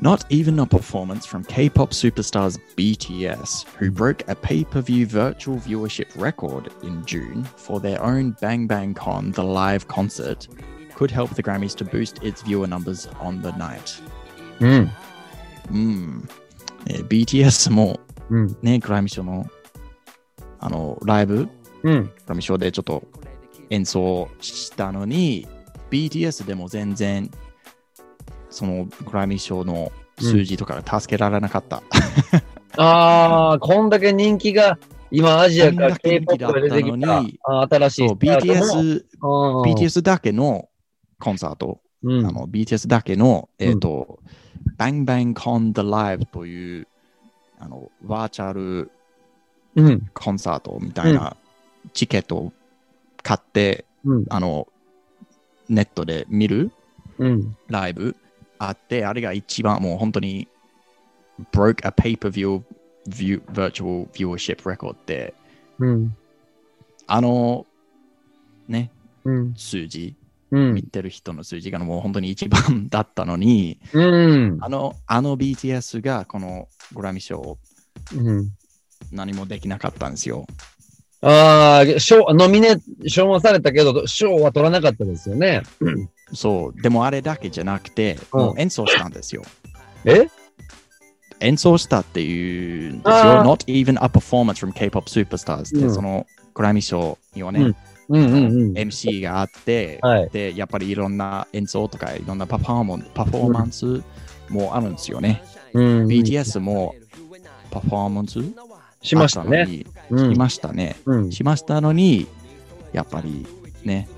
Not even a performance from K pop superstars BTS, who broke a pay per view virtual viewership record in June for their own Bang Bang Con, the live concert, could help the Grammys to boost its viewer numbers on the night. うん。うん。えー BTS もうん。ね、グラミー賞のあのライブ、うん。グラミー賞でちょっと演奏したのに、BTS でも全然、そのグラミー賞の数字とかが助けられなかった。ああ、こんだけ人気が、今アジアかこらんだけ人 K-POP 気だったがのに出てきたあー新しいそう、BTS、 BTS。 BTS だけのコンサートうあん。の BTS だけの、えっ、と、Bang Bang Con the Live という、あの、バーチャルうん。コンサートみたいなチケットを買って、うん。あの、ネットで見るうん。ライブあって、あれが一番もう本当に broke a pay-per-view view, virtual viewership record って、うん。あの、ね、うん。数字、うん見。てる人の数字がもう本当に一番だったのに、うん。あの、あの BTS がこのグラミー賞うん。何もできなかったんですよ。ああ、賞、ノミネーションはされたけど、賞は取らなかったですよね。そう、でもあれだけじゃなくて、うんもう演奏したんですよ。え演奏したっていうんですよ。あー Not even a performance from K-pop superstars って、うんそのグラミー賞にはね、うんうんうんうん。 MC があって、はい。で、やっぱりいろんな演奏とかいろんなパフォーマンパフォーマンスもあるんですよね。うん。 BTS もパフォーマンスしましたあねっ。のにうしん。ましたね。うん。しましたのに、やっぱりね、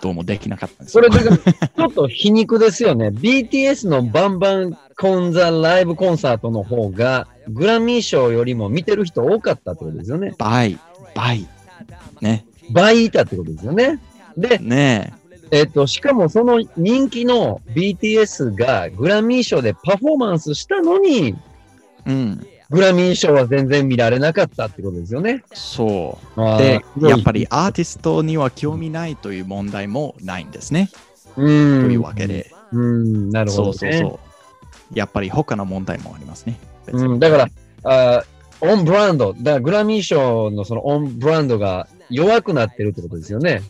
どうもできなかったんですそよれ。で、ちょっと皮肉ですよね。BTS のバンバンコンザライブコンサートの方が、グラミー賞よりも見てる人多かったってことですよね。倍、倍。ね。倍いたってことですよね。で、ねえっと、しかもその人気の BTS がグラミー賞でパフォーマンスしたのに、え。うん。グラミー賞は全然見られなかったってことですよね。そう。あーで、やっぱり。りアーティストには興味ないという問題もないんですね。う。というんわけで。うん、なるほそど、ね。うそうそう。やっぱり他の問題もありますね。別にうん、だから、あーオンブランド、だからグラミー賞のそのオンブランドが弱くなってるってことですよね。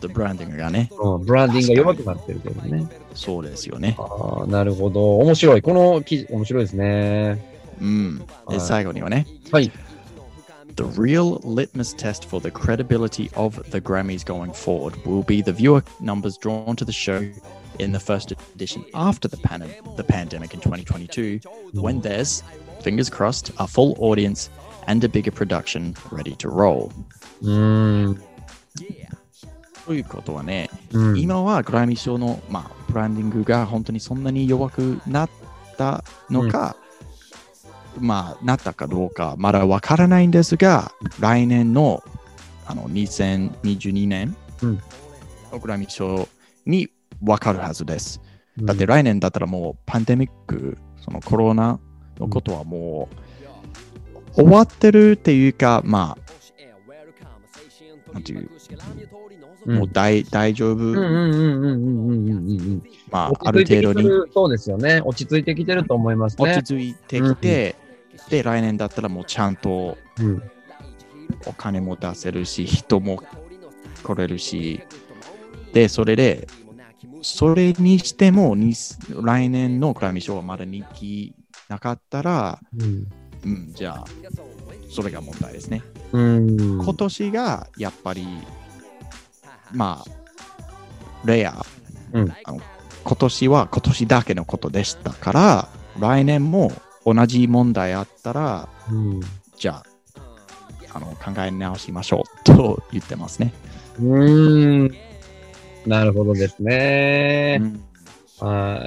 The branding がね。うん、ブランディングが弱くなってるけどね。そうですよね。ああ、なるほど。面白い。この記事、面白いですね。うん。はいで、最後にはね。はい。 The real litmus test for the credibility of the Grammys going forward will be the viewer numbers drawn to the show in the first edition after the, pan- the pandemic in 2022, when there's, fingers crossed, a full audience and a bigger production ready to roll. うーん。ということはね、うん、今はグラミー賞の、まあ、ブランディングが本当にそんなに弱くなったのか、まあ、なったかどうかまだわからないんですが、来年のあの2022年うんのグラミー賞にわかるはずです。うんだって、来年だったらもうパンデミック、そのコロナのことはもう終わってるっていうか、まあ、なんていう、うんもう大大丈夫、うんうんうんうんうんうんうんうん。まあ、あ落るち着いて程度きてにるそうですよね。落ち着いてきてると思います落ね。ち着いてきて、で、来年だったらもうちゃんとうんお金も出せるし、人も来れるし、で、それで、それにしても、に来年のグラミー賞はまだ人気なかったら、うん。うん、じゃあ、それが問題ですね。うん。今年がやっぱり、まあ、レア、うんあの今年は今年だけのことでしたから、来年も同じ問題あったら、うんじゃあ、あの考え直しましょうと言ってますね。うーん。なるほどですね。は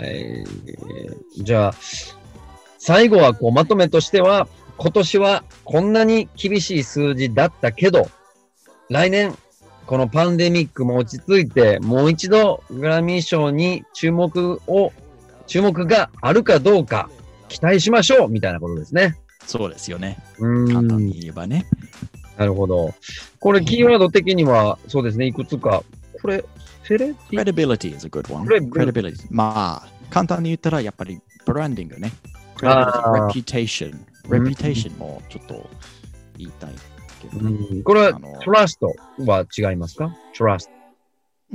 い。じゃあ、最後はこうまとめとしては、今年はこんなに厳しい数字だったけど、来年、このパンデミックも落ち着いて、もう一度グラミー賞に注目を、注目があるかどうか期待しましょうみたいなことですね。そうですよね。う簡単んに。言えばね。なるほど。これキーワード的には、そうですね、いくつか。これ、セレ Credibility is a good one. Credibility Credibility. まあ、簡単に言ったらやっぱりブランディングね。あー Credibility Reputation。Reputation もちょっと言いたいけどね。うんこれはあの、トラストは違いますかトラスト。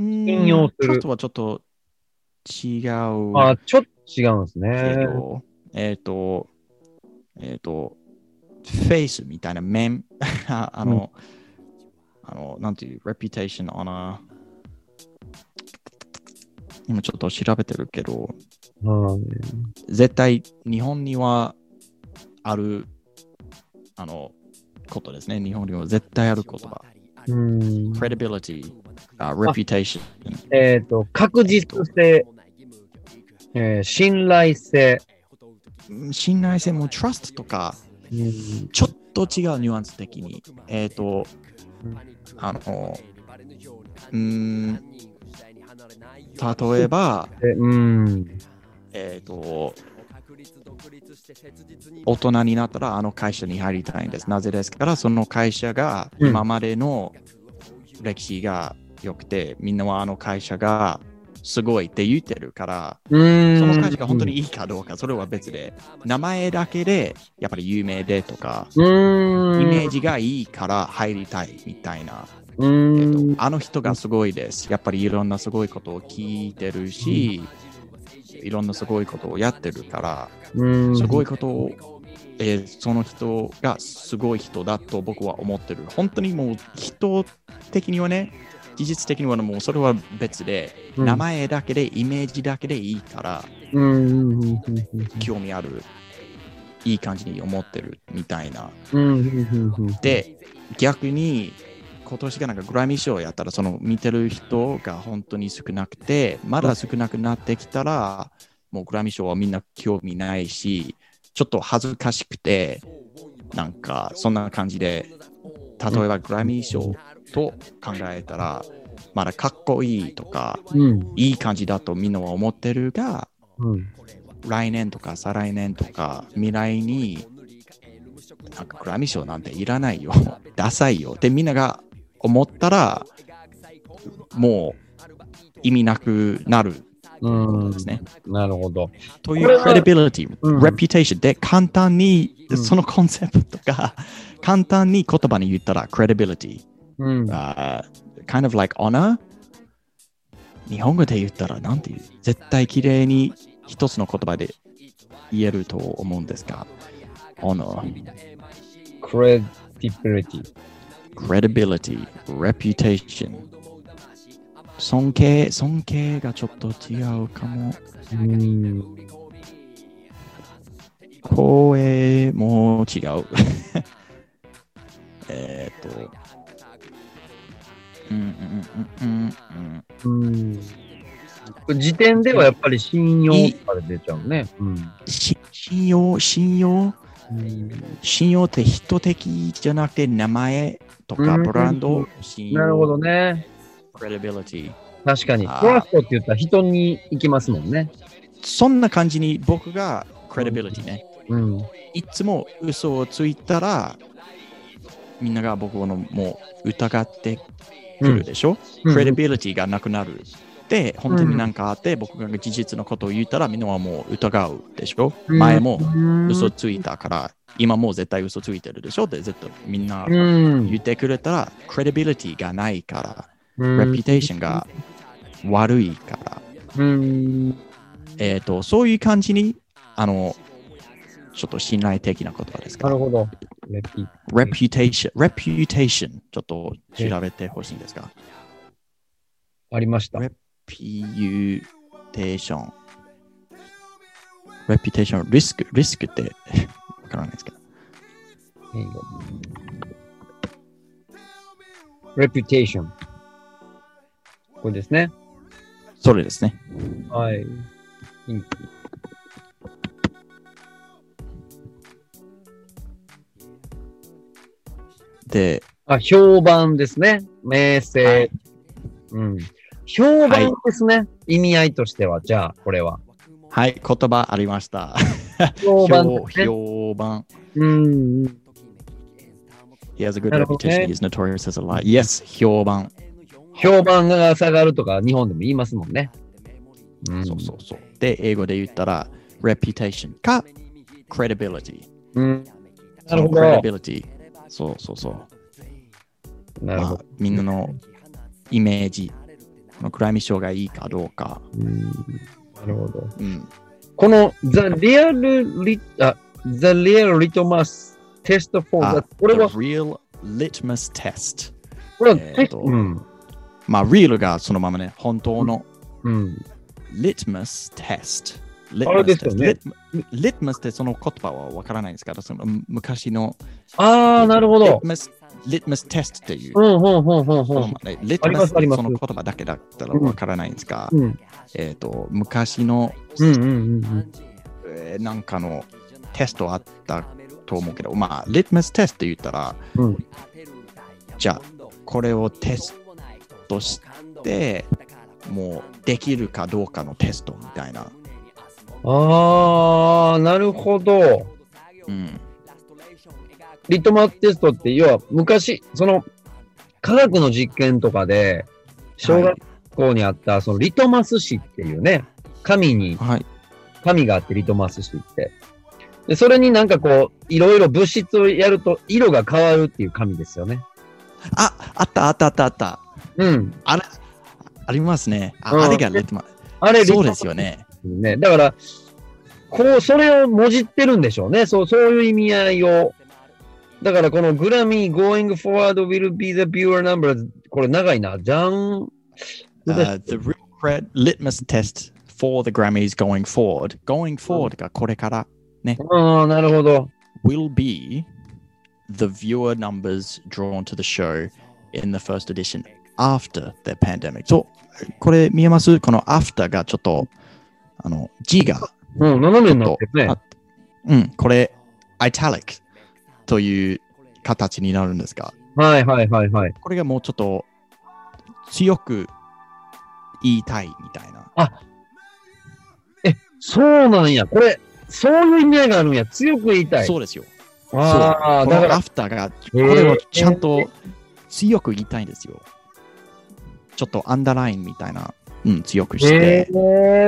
引用するちょっとはちょっと違う。あ、ちょっと違うんですえっね。と、えっ、と、えっ、と、フェイスみたいな面、 ああの、あの、なんていう、reputation on a 今ちょっと調べてるけど、はい絶対日本にはある、あの、ことですね。日本には絶対ある言葉。うん credibility uh, reputation, えっ、と、確実性、えー信頼性、うん信頼性も trust とか、うんちょっと違うニュアンス的に、えっ、と、あの、うーん、例えば、でうん、えっ、と、大人になったらあの会社に入りたいんです。なぜですから、その会社がうん今までの歴史が良くて、みんなはあの会社がすごいって言ってるから、うん。その会社が本当にいいかどうか、それは別で、名前だけでやっぱり有名でとか、うん、イメージジ、がいいから入りたいみたいな、うえっとん、あの人がすごいです。やっぱりいろんなすごいことを聞いてるし、いろんなすごいことをやってるから、うん、すごいことを、えーその人がすごい人だと僕は思ってる。本当にもう人的にはね、技術的にはもうそれは別で、うん名前だけでイメージだけでいいから、うん、うん、うん、興味ある、いい感じに思ってるみたいな。うん、うん、うん、で、逆に、今年がなんかグラミー賞やったら、その見てる人が本当に少なくて、まだ少なくなってきたら、もうグラミー賞はみんな興味ないし、ちょっと恥ずかしくて、なんかそんな感じで、例えばグラミー賞と考えたら、まだかっこいいとか、うん、いい感じだとみんなは思ってるが、うん、来年とか再来年とか未来になんかグラミー賞なんていらないよ ダサいよってみんなが思ったらもう意味なくなるうんですね。なるほど。といこれうはクレディビリティ、うん reputation で簡単にうんそのコンセプトが 簡単に言葉に言ったら credibility、うん。 uh, kind of like honor 日本語で言ったらなんていう絶対綺麗に一つの言葉で言えると思うんですが honor クレディビリティ。 credibility reputation 尊敬尊敬がちょっと違うかもうん。光栄も違う えーっとうんうんうんうんうん。時点ではやっぱり信用から出ちゃうね。うん。うんし信用信用信用って人的じゃなくて名前とかうんブランドを信用。なるほど。ね。 credibility。確かに。あトーラストって言ったら人に行きますもんね。そんな感じに僕が credibility ね。うん。いつも嘘をついたらみんなが僕のもう疑ってくるでしょ、うん ?credibility がなくなる。で、本当になんかあって僕が事実のことを言ったらみんなはもう疑うでしょうん前も嘘嘘。ついたから今もう絶対嘘ついてるでしょって絶対みんなうん。言ってくれたら、クレディビリティがないから、うんレピュテーションが悪いから、うん。えっ、と、そういう感じに、あの、ちょっと信頼的な言葉ですなかるら、ほど。レピレピュテーション、レピュテーション、ちょっと調べてほしいんですが、ありました。レピュテーション、レピュテーション、リスク、リスクってわからないですけど、レピュテーション。これですね。それですね。はい。うんで、あ、評判ですね。名声。はいうん。評判ですね、意味合いとしては、じゃあ、これは。はい、言葉ありました。評判評ですね。評判。うんうん。 He has a good なるほど reputation. ね He's notorious as a liar. Yes, 評判。 評判が下がるとか、日本でも言いますもんね。うんそうそうそう。で、英語で言ったら、reputation か credibility。う。ん。なるほそのど。 credibility。そうそうそう。なるまほあど。、みんなのイメージ。このクライミショーがいいかどうか。うんなるほど。うん。この The Real Lit、あ、The Real Litmus Test for あ that これは、 the real litmus test。これは、えーとうん。まあ、real がそのままね、本当のうん。 litmus test。あれですよね litmus- litmus ってその言葉はわからないんですから、その昔のああ、なるほど。 litmus litmus test っていうう、ん、ほんほんほんほそんの。ね、litmus ありますありますその言葉だけだったらわからないんですが、うん、えっ、と、昔の、うん、うんうんうん。えーなんかのテストあったと思うけど、まあ、litmus test って言ったら、うんじゃあ、これをテストして、もうできるかどうかのテストみたいな。あー、なるほど。うん。リトマステストって、要は昔、その、科学の実験とかで、小学校にあった、そのリトマス紙っていうね、紙に、はい。紙があってリトマス紙って。で、それになんかこう、いろいろ物質をやると色が変わるっていう紙ですよね。あ、あったあったあったあった。うん。あれ、ありますね。あ,、うんあれが litmus。あれ、そうですよね。ね。だから、こう、それをもじってるんでしょうね。そう、そういう意味合いを。だから、このグラミー Going Forward Will Be the Viewer Numbers、これ長いな。じゃん。 Uh, the real cred- litmus test for the Grammys going forward, going forward がこれからああ、なるほど。 will be the viewer numbers drawn to the show in the first edition after the pandemic. そう、これ見えますこの after がちょっと、あの、G が、うん、斜めになっとてるね。あうん、これ、italic という形になるんですが、はいはいはいはい。これがもうちょっと強く言いたいみたいな。そうなんや。これ、そういう意味合いがあるんや。強く言いたい。そうですよ。あこあ、のだからア、フターが、これをちゃんと強く言いたいんですよ。ちょっとアンダーラインみたいな、うん、強くしえて。え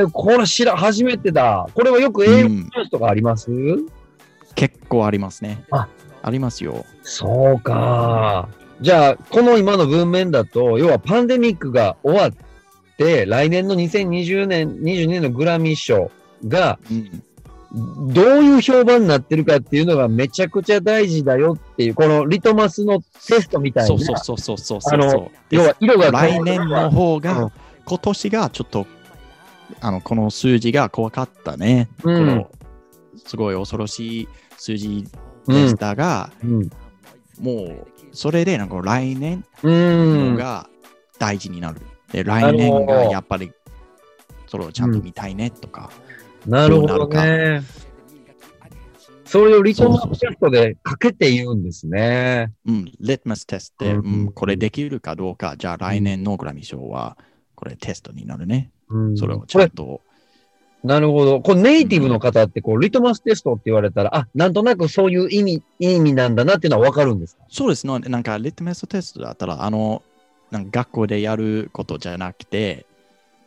ー、これ知ら、初めてだ。これはよく英語うニんュースとかあります、結構ありますね。ありますよ。そうか。じゃあ、この今の文面だと、要はパンデミックが終わって、来年の2020年、22年のグラミー賞が、うん、どういう評判になってるかっていうのがめちゃくちゃ大事だよっていう、このリトマスのテストみたいそうな。そうそうそうそうあのそう。で要は色が変来わる年の方うがん、今年がちょっと、あの、この数字が怖かったね。うこんのすごい恐ろしい数字うでんしたが、うん。もう、それで、なんか来年うん。のが大事になる。で、来年がやっぱりそれをちゃんと見たいねとか。なるほどどうなね。それをリトマそうそうスそうテストでかけて言うんですね。うん、レッマステストで、ううんん、これできるかどうか、じゃあ来年のグラミー賞は、これテストになるね。うんそれをちゃんと。なるほど。これネイティブの方って、こう、リトマステストって言われたら、あ、なんとなくそういう意味、意味なんだなっていうのはわかるんですかそうですね。なんか、レッマステストだったら、あの、なんか学校でやることじゃなくて、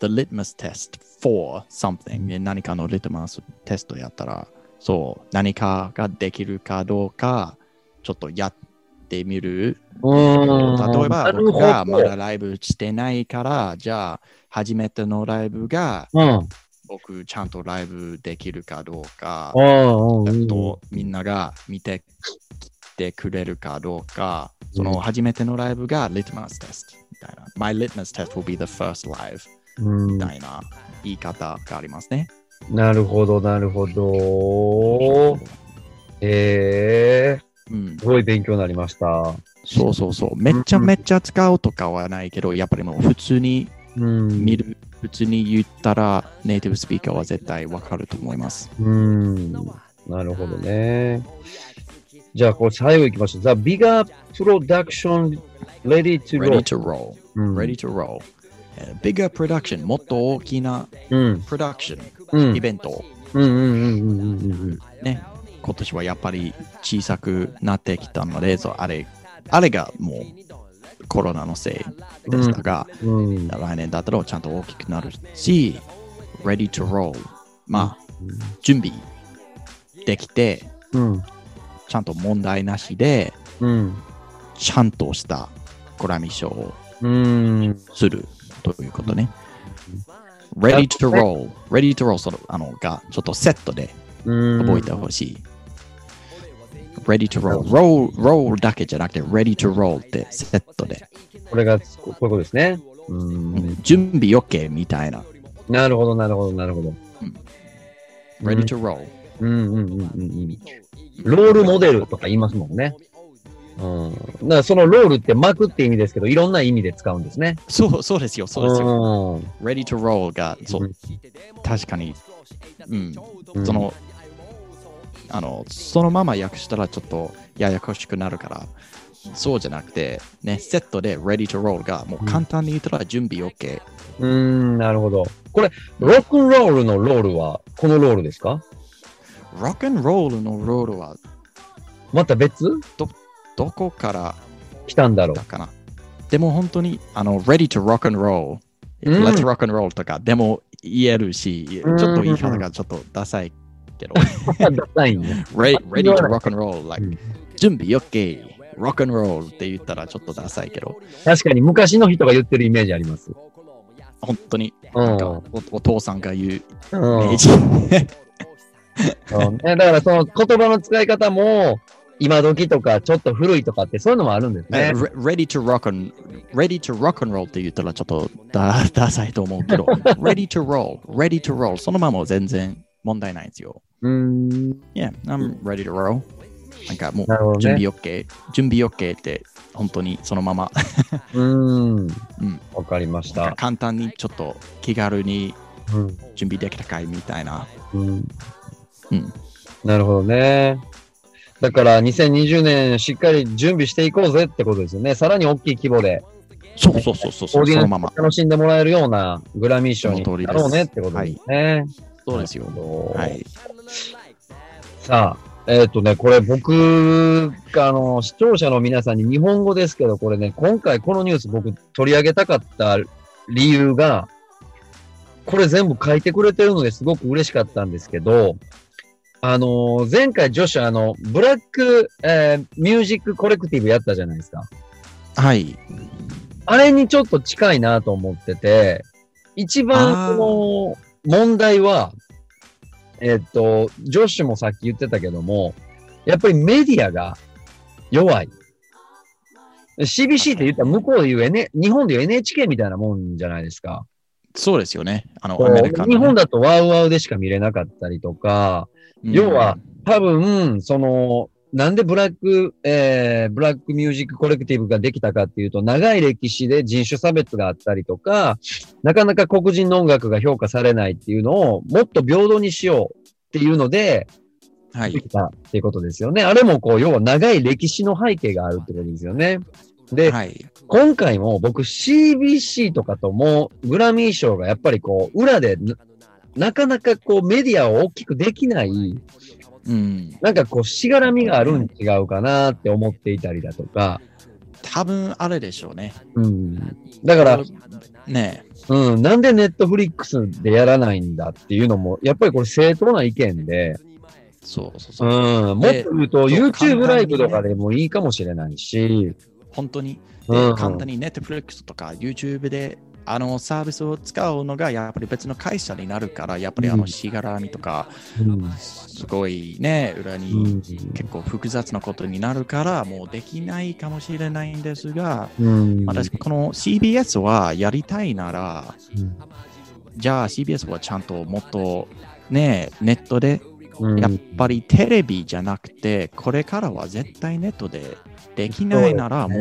the litmus test for something で何かのリトマステストやったら、そう、何かができるかどうか、ちょっとやってみるう例えばなる僕ほがど。まだライブしてないから、じゃあ初めてのライブがうん。僕ちゃんとライブできるかどうか、うん。うん。あとみんなが見てきてくれるかどうか、その初めてのライブが Litmus Test みたいな。My Litmus Test will be the first live うんみたいな言い方がありますね。なるほど、なるほど。ええうんす、ごい勉強になりました。そうそうそう。めっちゃめっちゃ使うとかはないけど、やっぱりもう普通にうん。見る、普通に言ったらネイティブスピーカーは絶対わかると思います。うん。なるほどね。じゃあ、これ最後行きましょう。The Bigger Production Ready to Ready Roll. to roll. うん Ready to roll. えー Bigger production. もっと大きなうん。プロダクション、うんイ。ベントを。うんうんうんうんうんうん。ね。今年はやっぱり小さくなってきたので、そうあれ、あれがもうコロナのせいでしたが、うん。来年だったらちゃんと大きくなるし、Ready to roll. まあ、準備できて、うん。ちゃんと問題なしで、うん。ちゃんとしたグラミー賞をうん。するということね。Ready to roll. Ready to roll そのあのがちょっとセットで覚えてほしい。Ready to roll. roll. Roll だけじゃなくて Ready to roll ってセットで。これが、こういうことですね。うん。準備 OK みたいな。なるほど、なるほど、なるほど。 Ready to roll. うんうんうんうんうん。ロールモデルとか言いますもんね。うん。だからそのロールって巻くって意味ですけど、いろんな意味で使うんですね。そうそうですよ、そうですよ。うん。 Ready to roll が、そうう、確かに、うん、うんその、あの、そのまま訳したらちょっとややこしくなるから、そうじゃなくて、ね、セットで Ready to roll が、もう簡単に言ったら準備 OK。うーん、なるほど。これ、ロックンロールのロールは、このロールですか Rock and roll のロールはまた別どこから来た んだろだかなでも本当に、あの、Ready to rock and roll、うん Let's rock and roll とか、でも言えるし、ちょうんっと言い方がちょっとダサいけど、う。ダサいね。 Re- あ Ready 言 to わない rock and roll、like うん準備 OK、rock and roll って言ったらちょっとダサいけど、確かに昔の人が言ってるイメージあります。本当にう んなんかおお父さんが言うイうんメージ。 うんねだからその言葉の使い方も、今時とかちょっと古いとかってそういうのもあるんですね。 Re- Ready to rock and Ready to rock and roll って言ったらちょっとダダサいと思う けど、Ready to roll、Ready to roll そのまま全然問題ないんですよ。うーん、 Yeah, I'm ready to roll. なんかもうなるほど準ね。備 OK、準備 OK って本当にそのままうーんん。わかりました。 簡単にちょっと気軽にうん準備できたかいみたいな。うんうんなるほどね。だから2020年しっかり準備していこうぜってことですよね。さらに大きい規模でそうそうそうそう、オそーディエのンスまにま。楽しんでもらえるようなグラミー賞にその通りなですろうねってことですね。そうですよ。は。はいさあ、えっ、とね、これ僕が、あの、視聴者の皆さんに日本語ですけど、これね、今回このニュース僕取り上げたかった理由が、これ全部書いてくれてるのですごく嬉しかったんですけど、あのー前回女子あの、ブラック、えーミュージックコレクティブやったじゃないですか。はい。あれにちょっと近いなと思ってて、一あ番ーその問題は、えっと、ジョッシュもさっき言ってたけども、やっぱりメディアが弱い。CBC って言ったら向こうで言う、N、日本で言う NHK みたいなもんじゃないですか。そうですよね。あの、こアうメリカのね日本だとワウワウでしか見れなかったりとか、うん要は、多分、その、なんでブラック、えー、ブラックミュージックコレクティブができたかっていうと、長い歴史で人種差別があったりとか、なかなか黒人の音楽が評価されないっていうのを、もっと平等にしようっていうので、はでいき。たっていうことですよね。あれもこう、要は長い歴史の背景があるってことですよね。で、はい。今回も僕 CBC とかとも、グラミー賞がやっぱりこう、裏でな、なかなかこう、メディアを大きくできない、うん。なんかこう、しがらみがあるん違うかなって思っていたりだとか、多分あれでしょうね。うん。だから、ねえうん、なんでネットフリックスでやらないんだっていうのも、やっぱりこれ正当な意見で、そうそううそんう。、もっと言うとで YouTube ライブとかでもいいかもしれないし、本当に、でうん、簡単に Netflix とか YouTube であのサービスを使うのがやっぱり別の会社になるから、やっぱりあうのんしがらみとか、うんすごいね、裏うにん結構複雑なことになるから、もうできないかもしれないんですが、うん私、この CBS はやりたいなら、うんじゃあ CBS はちゃんともっとね、ネットで、うんやっぱりテレビじゃなくて、これからは絶対ネットでできないなら、も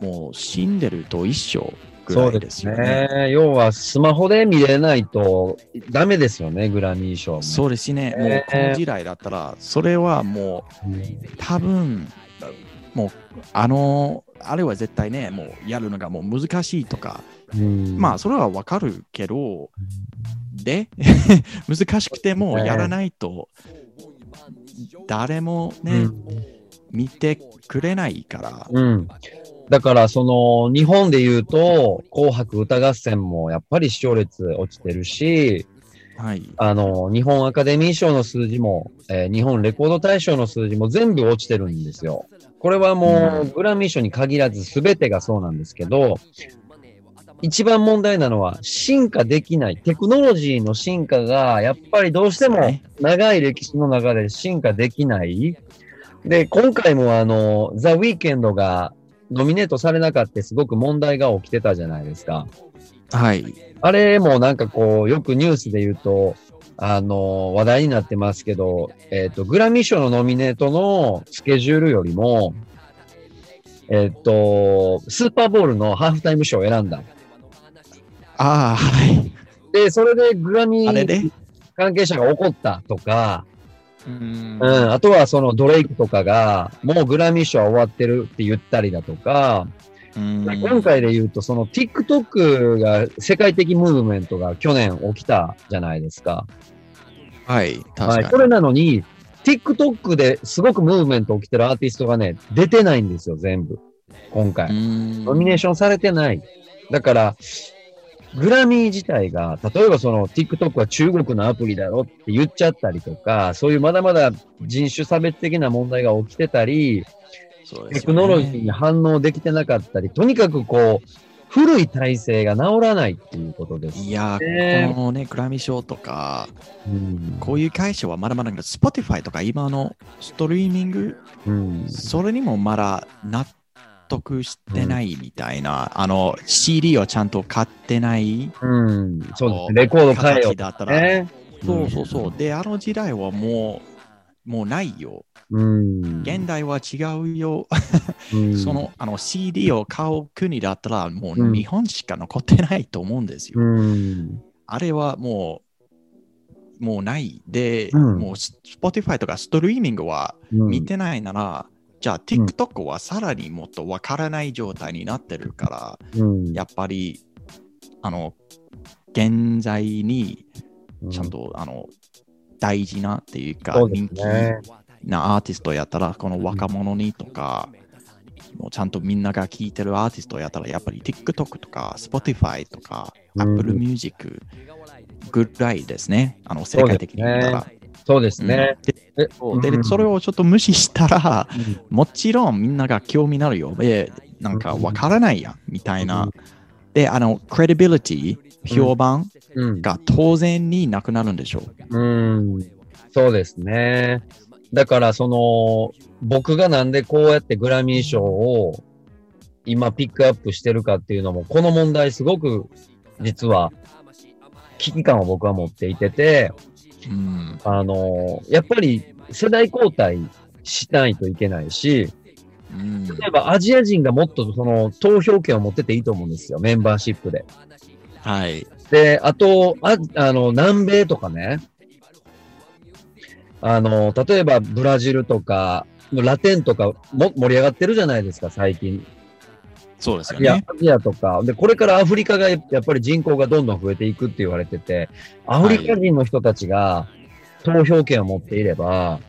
う、もう死んでると一緒ぐそうらいでですすよね。ね。要はスマホで見れないとダメですよね、グラミー賞も。そうですね、もうこの時代だったら、それはもううん多分もうあのあれは絶対ねもうやるのがもう難しいとか、うんまあそれはわかるけどで 難しくてもやらないと誰もね、うん見てくれないから、うん。だから、その、日本で言うと、紅白歌合戦もやっぱり視聴率落ちてるし、はいあの、日本アカデミー賞の数字も、えー日本レコード大賞の数字も全部落ちてるんですよ。これはもう、グラミー賞に限らず全てがそうなんですけど、一番問題なのは進化できない。テクノロジーの進化が、やっぱりどうしてそうもね長い歴史の中で進化できない。で、今回もあの、ザ・ウィーケンドがノミネートされなかったすごく問題が起きてたじゃないですか。はいあれもなんかこう、よくニュースで言うと、あの、話題になってますけど、えっ、と、グラミー賞のノミネートのスケジュールよりも、えっ、と、スーパーボールのハーフタイムショーを選んだ。ああ、はい。で、それでグラミあれーで関係者が怒ったとか、うんうん、あとはそのドレイクとかが、もうグラミー賞は終わってるって言ったりだとか、今回で言うと、その TikTok が世界的ムーブメントが去年起きたじゃないですか。はい、確かはい。に。それなのに、TikTok ですごくムーブメント起きてるアーティストがね、出てないんですよ、全部。今回。うんノミネーションされてない。だから、グラミー自体が、例えばその TikTok は中国のアプリだろって言っちゃったりとか、そういうまだまだ人種差別的な問題が起きてたり、そうですよねテクノロジーに反応できてなかったり、とにかくこう、古い体制が治らないっていうことです。いやー、ねこのね、グラミー賞とか、うん。こういう会社はまだまだだけど、Spotify とか今のストリーミング、うんそれにもまだ納得してないみたいな、あの、CD をちゃんと買ってないうん。そうですね。レコード変えよ形だったうら、ね。そうそうそう。で、あの時代はもう、もうないよ。うん。現代は違うよ。うんそ、のあの CD を買う国だったら、もうんう日本しか残ってないと思うんですよ。うん。あれはもう、もうない。で、うんもう Spotify とかストリーミングはうん見てないなら、じゃあ TikTok はさらにもっとわからない状態になってるから、うんやっぱり、あの、現在にちゃんと、あの、大事なっていうか、そうです人気ねなアーティストやったら、この若者にとか、もうちゃんとみんなが聴いてるアーティストやったら、やっぱり TikTok とか Spotify とかうん Apple Music ぐらいですね。あの、世界的に言ったら。そうですね。うんえそうでうんそれをちょっと無視したら、もちろんみんなが興味なるよ。で、なんかわからないやん、みたいな。で、あの、クレディビリティ、評判うん。が当然になくなるんでしょう。うん。そうですね。だから、その、僕がなんでこうやってグラミー賞を今ピックアップしてるかっていうのも、この問題すごく実は危機感を僕は持っていてて、うん。あの、やっぱり世代交代しないといけないし、うん例えばアジア人がもっとその投票権を持ってていいと思うんですよ、メンバーシップで。はい。で、あと、ああの、南米とかね。あの、例えばブラジルとか、ラテンとかも盛り上がってるじゃないですか、最近。そうですよいや、ね。アジアとか。で、これからアフリカがやっぱり人口がどんどん増えていくって言われてて、アフリカ人の人たちが投票権を持っていれば、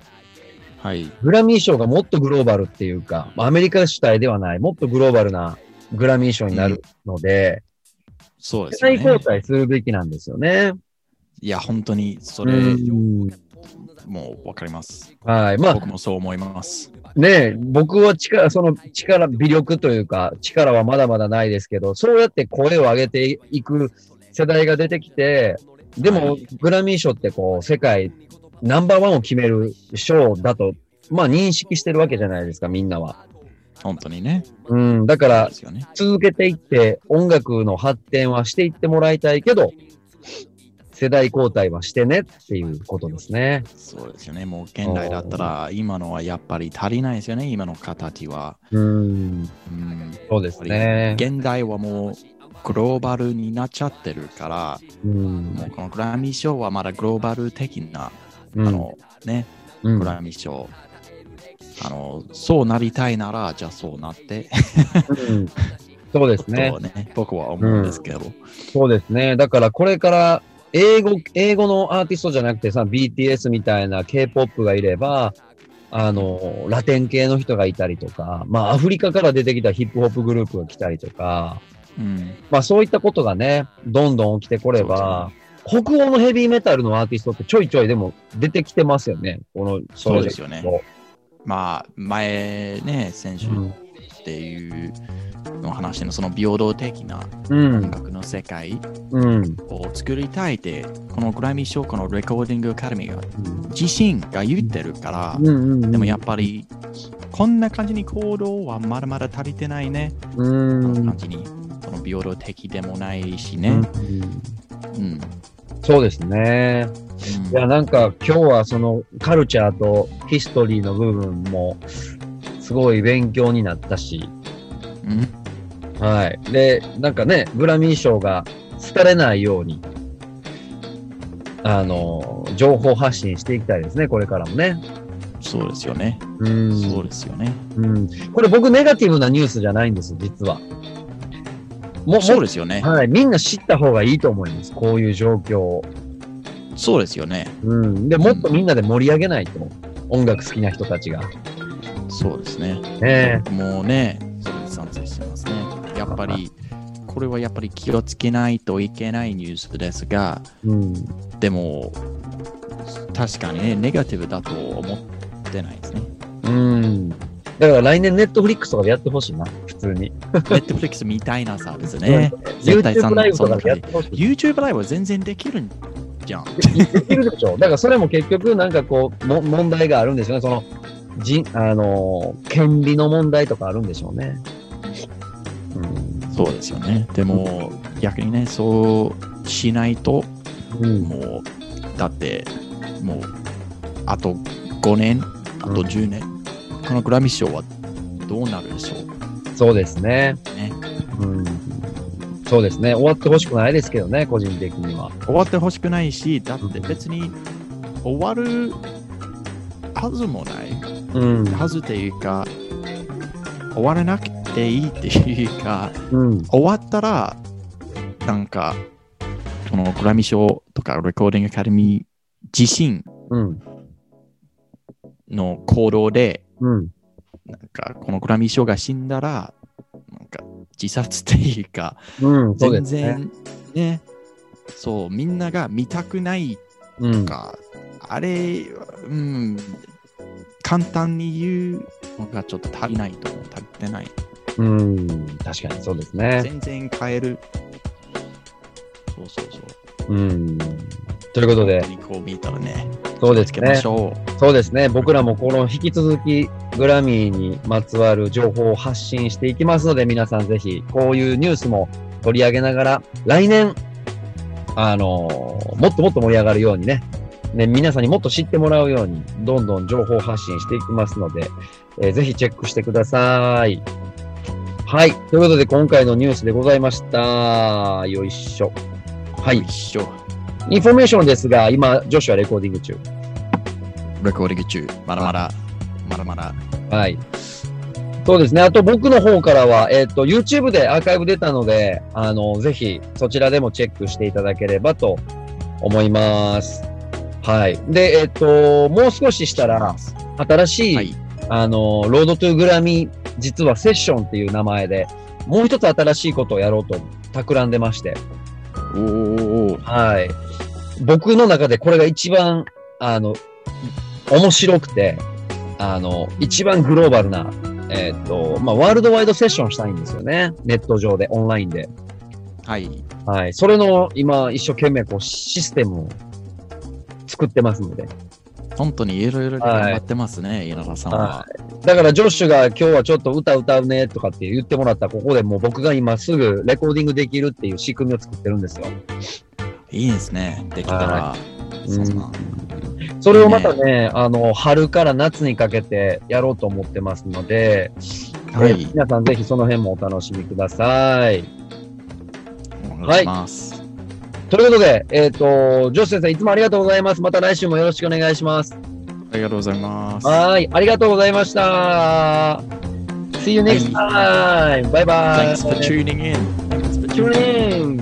はい。グラミー賞がもっとグローバルっていうか、まあアメリカ主体ではない、もっとグローバルなグラミー賞になるので、そうです世代よね交。代するべきなんですよね。いや、本当にそれ、うんもうわかります。はい。まあ、僕もそう思います。ねえ、僕は力、その力、微力というか、力はまだまだないですけど、そうやって声を上げていく世代が出てきて、でも、グラミー賞ってこう、世界ナンバーワンを決める賞だと、まあ認識してるわけじゃないですか、みんなは。本当にね。うん、だそかうらで、すよね。続けていって、音楽の発展はしていってもらいたいけど、世代交代はしてねっていうことですね。そうですよね。もう現代だったら、今のはやっぱり足りないですよね。今の形は。うん、うん。そうですね。現代はもうグローバルになっちゃってるから、うんもうこのグラミー賞はまだグローバル的な、うんあのね、うんグラミー賞。あの、そうなりたいなら、じゃあそうなって、うんそうですねと。ね僕は思うんですけど。そうですね。だからこれから英語、英語のアーティストじゃなくてさ、BTS みたいな K-POP がいれば、あの、ラテン系の人がいたりとか、まあアフリカから出てきたヒップホップグループが来たりとか、うんまあそういったことがね、どんどん起きてこれば、北欧のヘビーメタルのアーティストってちょいちょいでも出てきてますよね。この、そうですよねそうまあ、前ね、先週うんっていうの話のその平等的なうん音、楽の世界うん、を作りたいって、このグラミー賞、このレコーディングアカデミーが自身が言ってるから、うん、うん、うんでもやっぱりこんな感じに行動はまだまだ足りてないね。うん、この感じに、その平等的でもないしね。うんうん。そうですね。いや、なんか今日はそのカルチャーとヒストリーの部分もすごい勉強になったし、うんはい。で、なんかね、グラミー賞が廃れないように、あの、情報発信していきたいですね、これからもね。そうですよね。うん。そうですよね。うん。これ僕ネガティブなニュースじゃないんです、実は。もう、そうもですよねう、。はい。みんな知った方がいいと思います、こういう状況を。そうですよね。うん。で、もっとみんなで盛り上げないと。音楽好きな人たちが。そうですね。ねもうね、それに賛成してますね。やっぱり、これはやっぱり気をつけないといけないニュースですが、え。うん。でも、確かにね、ネガティブだと思ってないですね。うん。だから来年ネットフリックスとかでやってほしいな、普通に。ネットフリックスみたいなサービスね。絶対そ YouTube んライブそとんなかでやっ感てほしい。じ。YouTube ライブは全然できるんじゃん。できるでしょ。だからそれも結局なんかこう、も問題があるんでしょうね。その、人、あのー、権利の問題とかあるんでしょうね。そうですよね。でも、逆にね、そうしないと、うん。うん。もう、だって、もう、あと5年、あと10年、このグラミー賞はどうなるでしょうそうですね。ね。うん。そうですね。終わってほしくないですけどね、個人的には。終わってほしくないし、だって別に終わるはずもない。うん。はずというか、終わらなくていいっていうか、うん。終わったら、なんか、このグラミー賞とかレコーディングアカデミー自身うん。の行動で、うん。なんかこのグラミー賞が死んだら、なんか自殺っていうか、うん。そう全ですね。然ね、そう、みんなが見たくないうん。か、あれ、うん、簡単に言うのがちょっと足りないと思う、足りてない。うん。確かにそうですね。全然変える。そうそうそう。うん。ということで本当、にこう見たらね、そうでつすけまねし。ょそうですね。僕らもこの引き続きグラミーにまつわる情報を発信していきますので、皆さんぜひこういうニュースも取り上げながら、来年、あのーもっともっと盛り上がるようにね、ね、皆さんにもっと知ってもらうように、どんどん情報発信していきますので、えーぜひチェックしてください。はい。ということで、今回のニュースでございました。よいしょ。はう。い。一緒。インフォメーションですが、今、女子はレコーディング中。レコーディング中、まだまだ、まだまだ。はい。そうですね。あと僕の方からは、えっ、と、YouTube でアーカイブ出たので、あの、ぜひそちらでもチェックしていただければと思います。はい。で、えっ、と、もう少ししたら、新しい、はい。あの、ロードトゥグラミー、実はセッションっていう名前で、もう一つ新しいことをやろうと企んでまして、おーおーおーはい。僕の中でこれが一番、あの、面白くて、あの、一番グローバルな、えーっと、まあ、ワールドワイドセッションしたいんですよね。ネット上で、オンラインで。はい。はい。それの、今、一生懸命、こう、システムを作ってますので。本当にいろいろ頑張ってますね、稲田さんは。だから、ジョッシュが今日はちょっと歌歌うね、とかって言ってもらったら、ここでもう僕が今すぐレコーディングできるっていう仕組みを作ってるんですよ。いいですね、できたら。そんな。それをまたね、あの、春から夏にかけてやろうと思ってますので、はいえー皆さんぜひその辺もお楽しみください。お願いします。ということで、えっ、と、ジョシュ先生いつもありがとうございます。また来週もよろしくお願いします。ありがとうございます。はい、ありがとうございました。See you next time! バイバイ Thanks for tuning in. Thanks for tuning!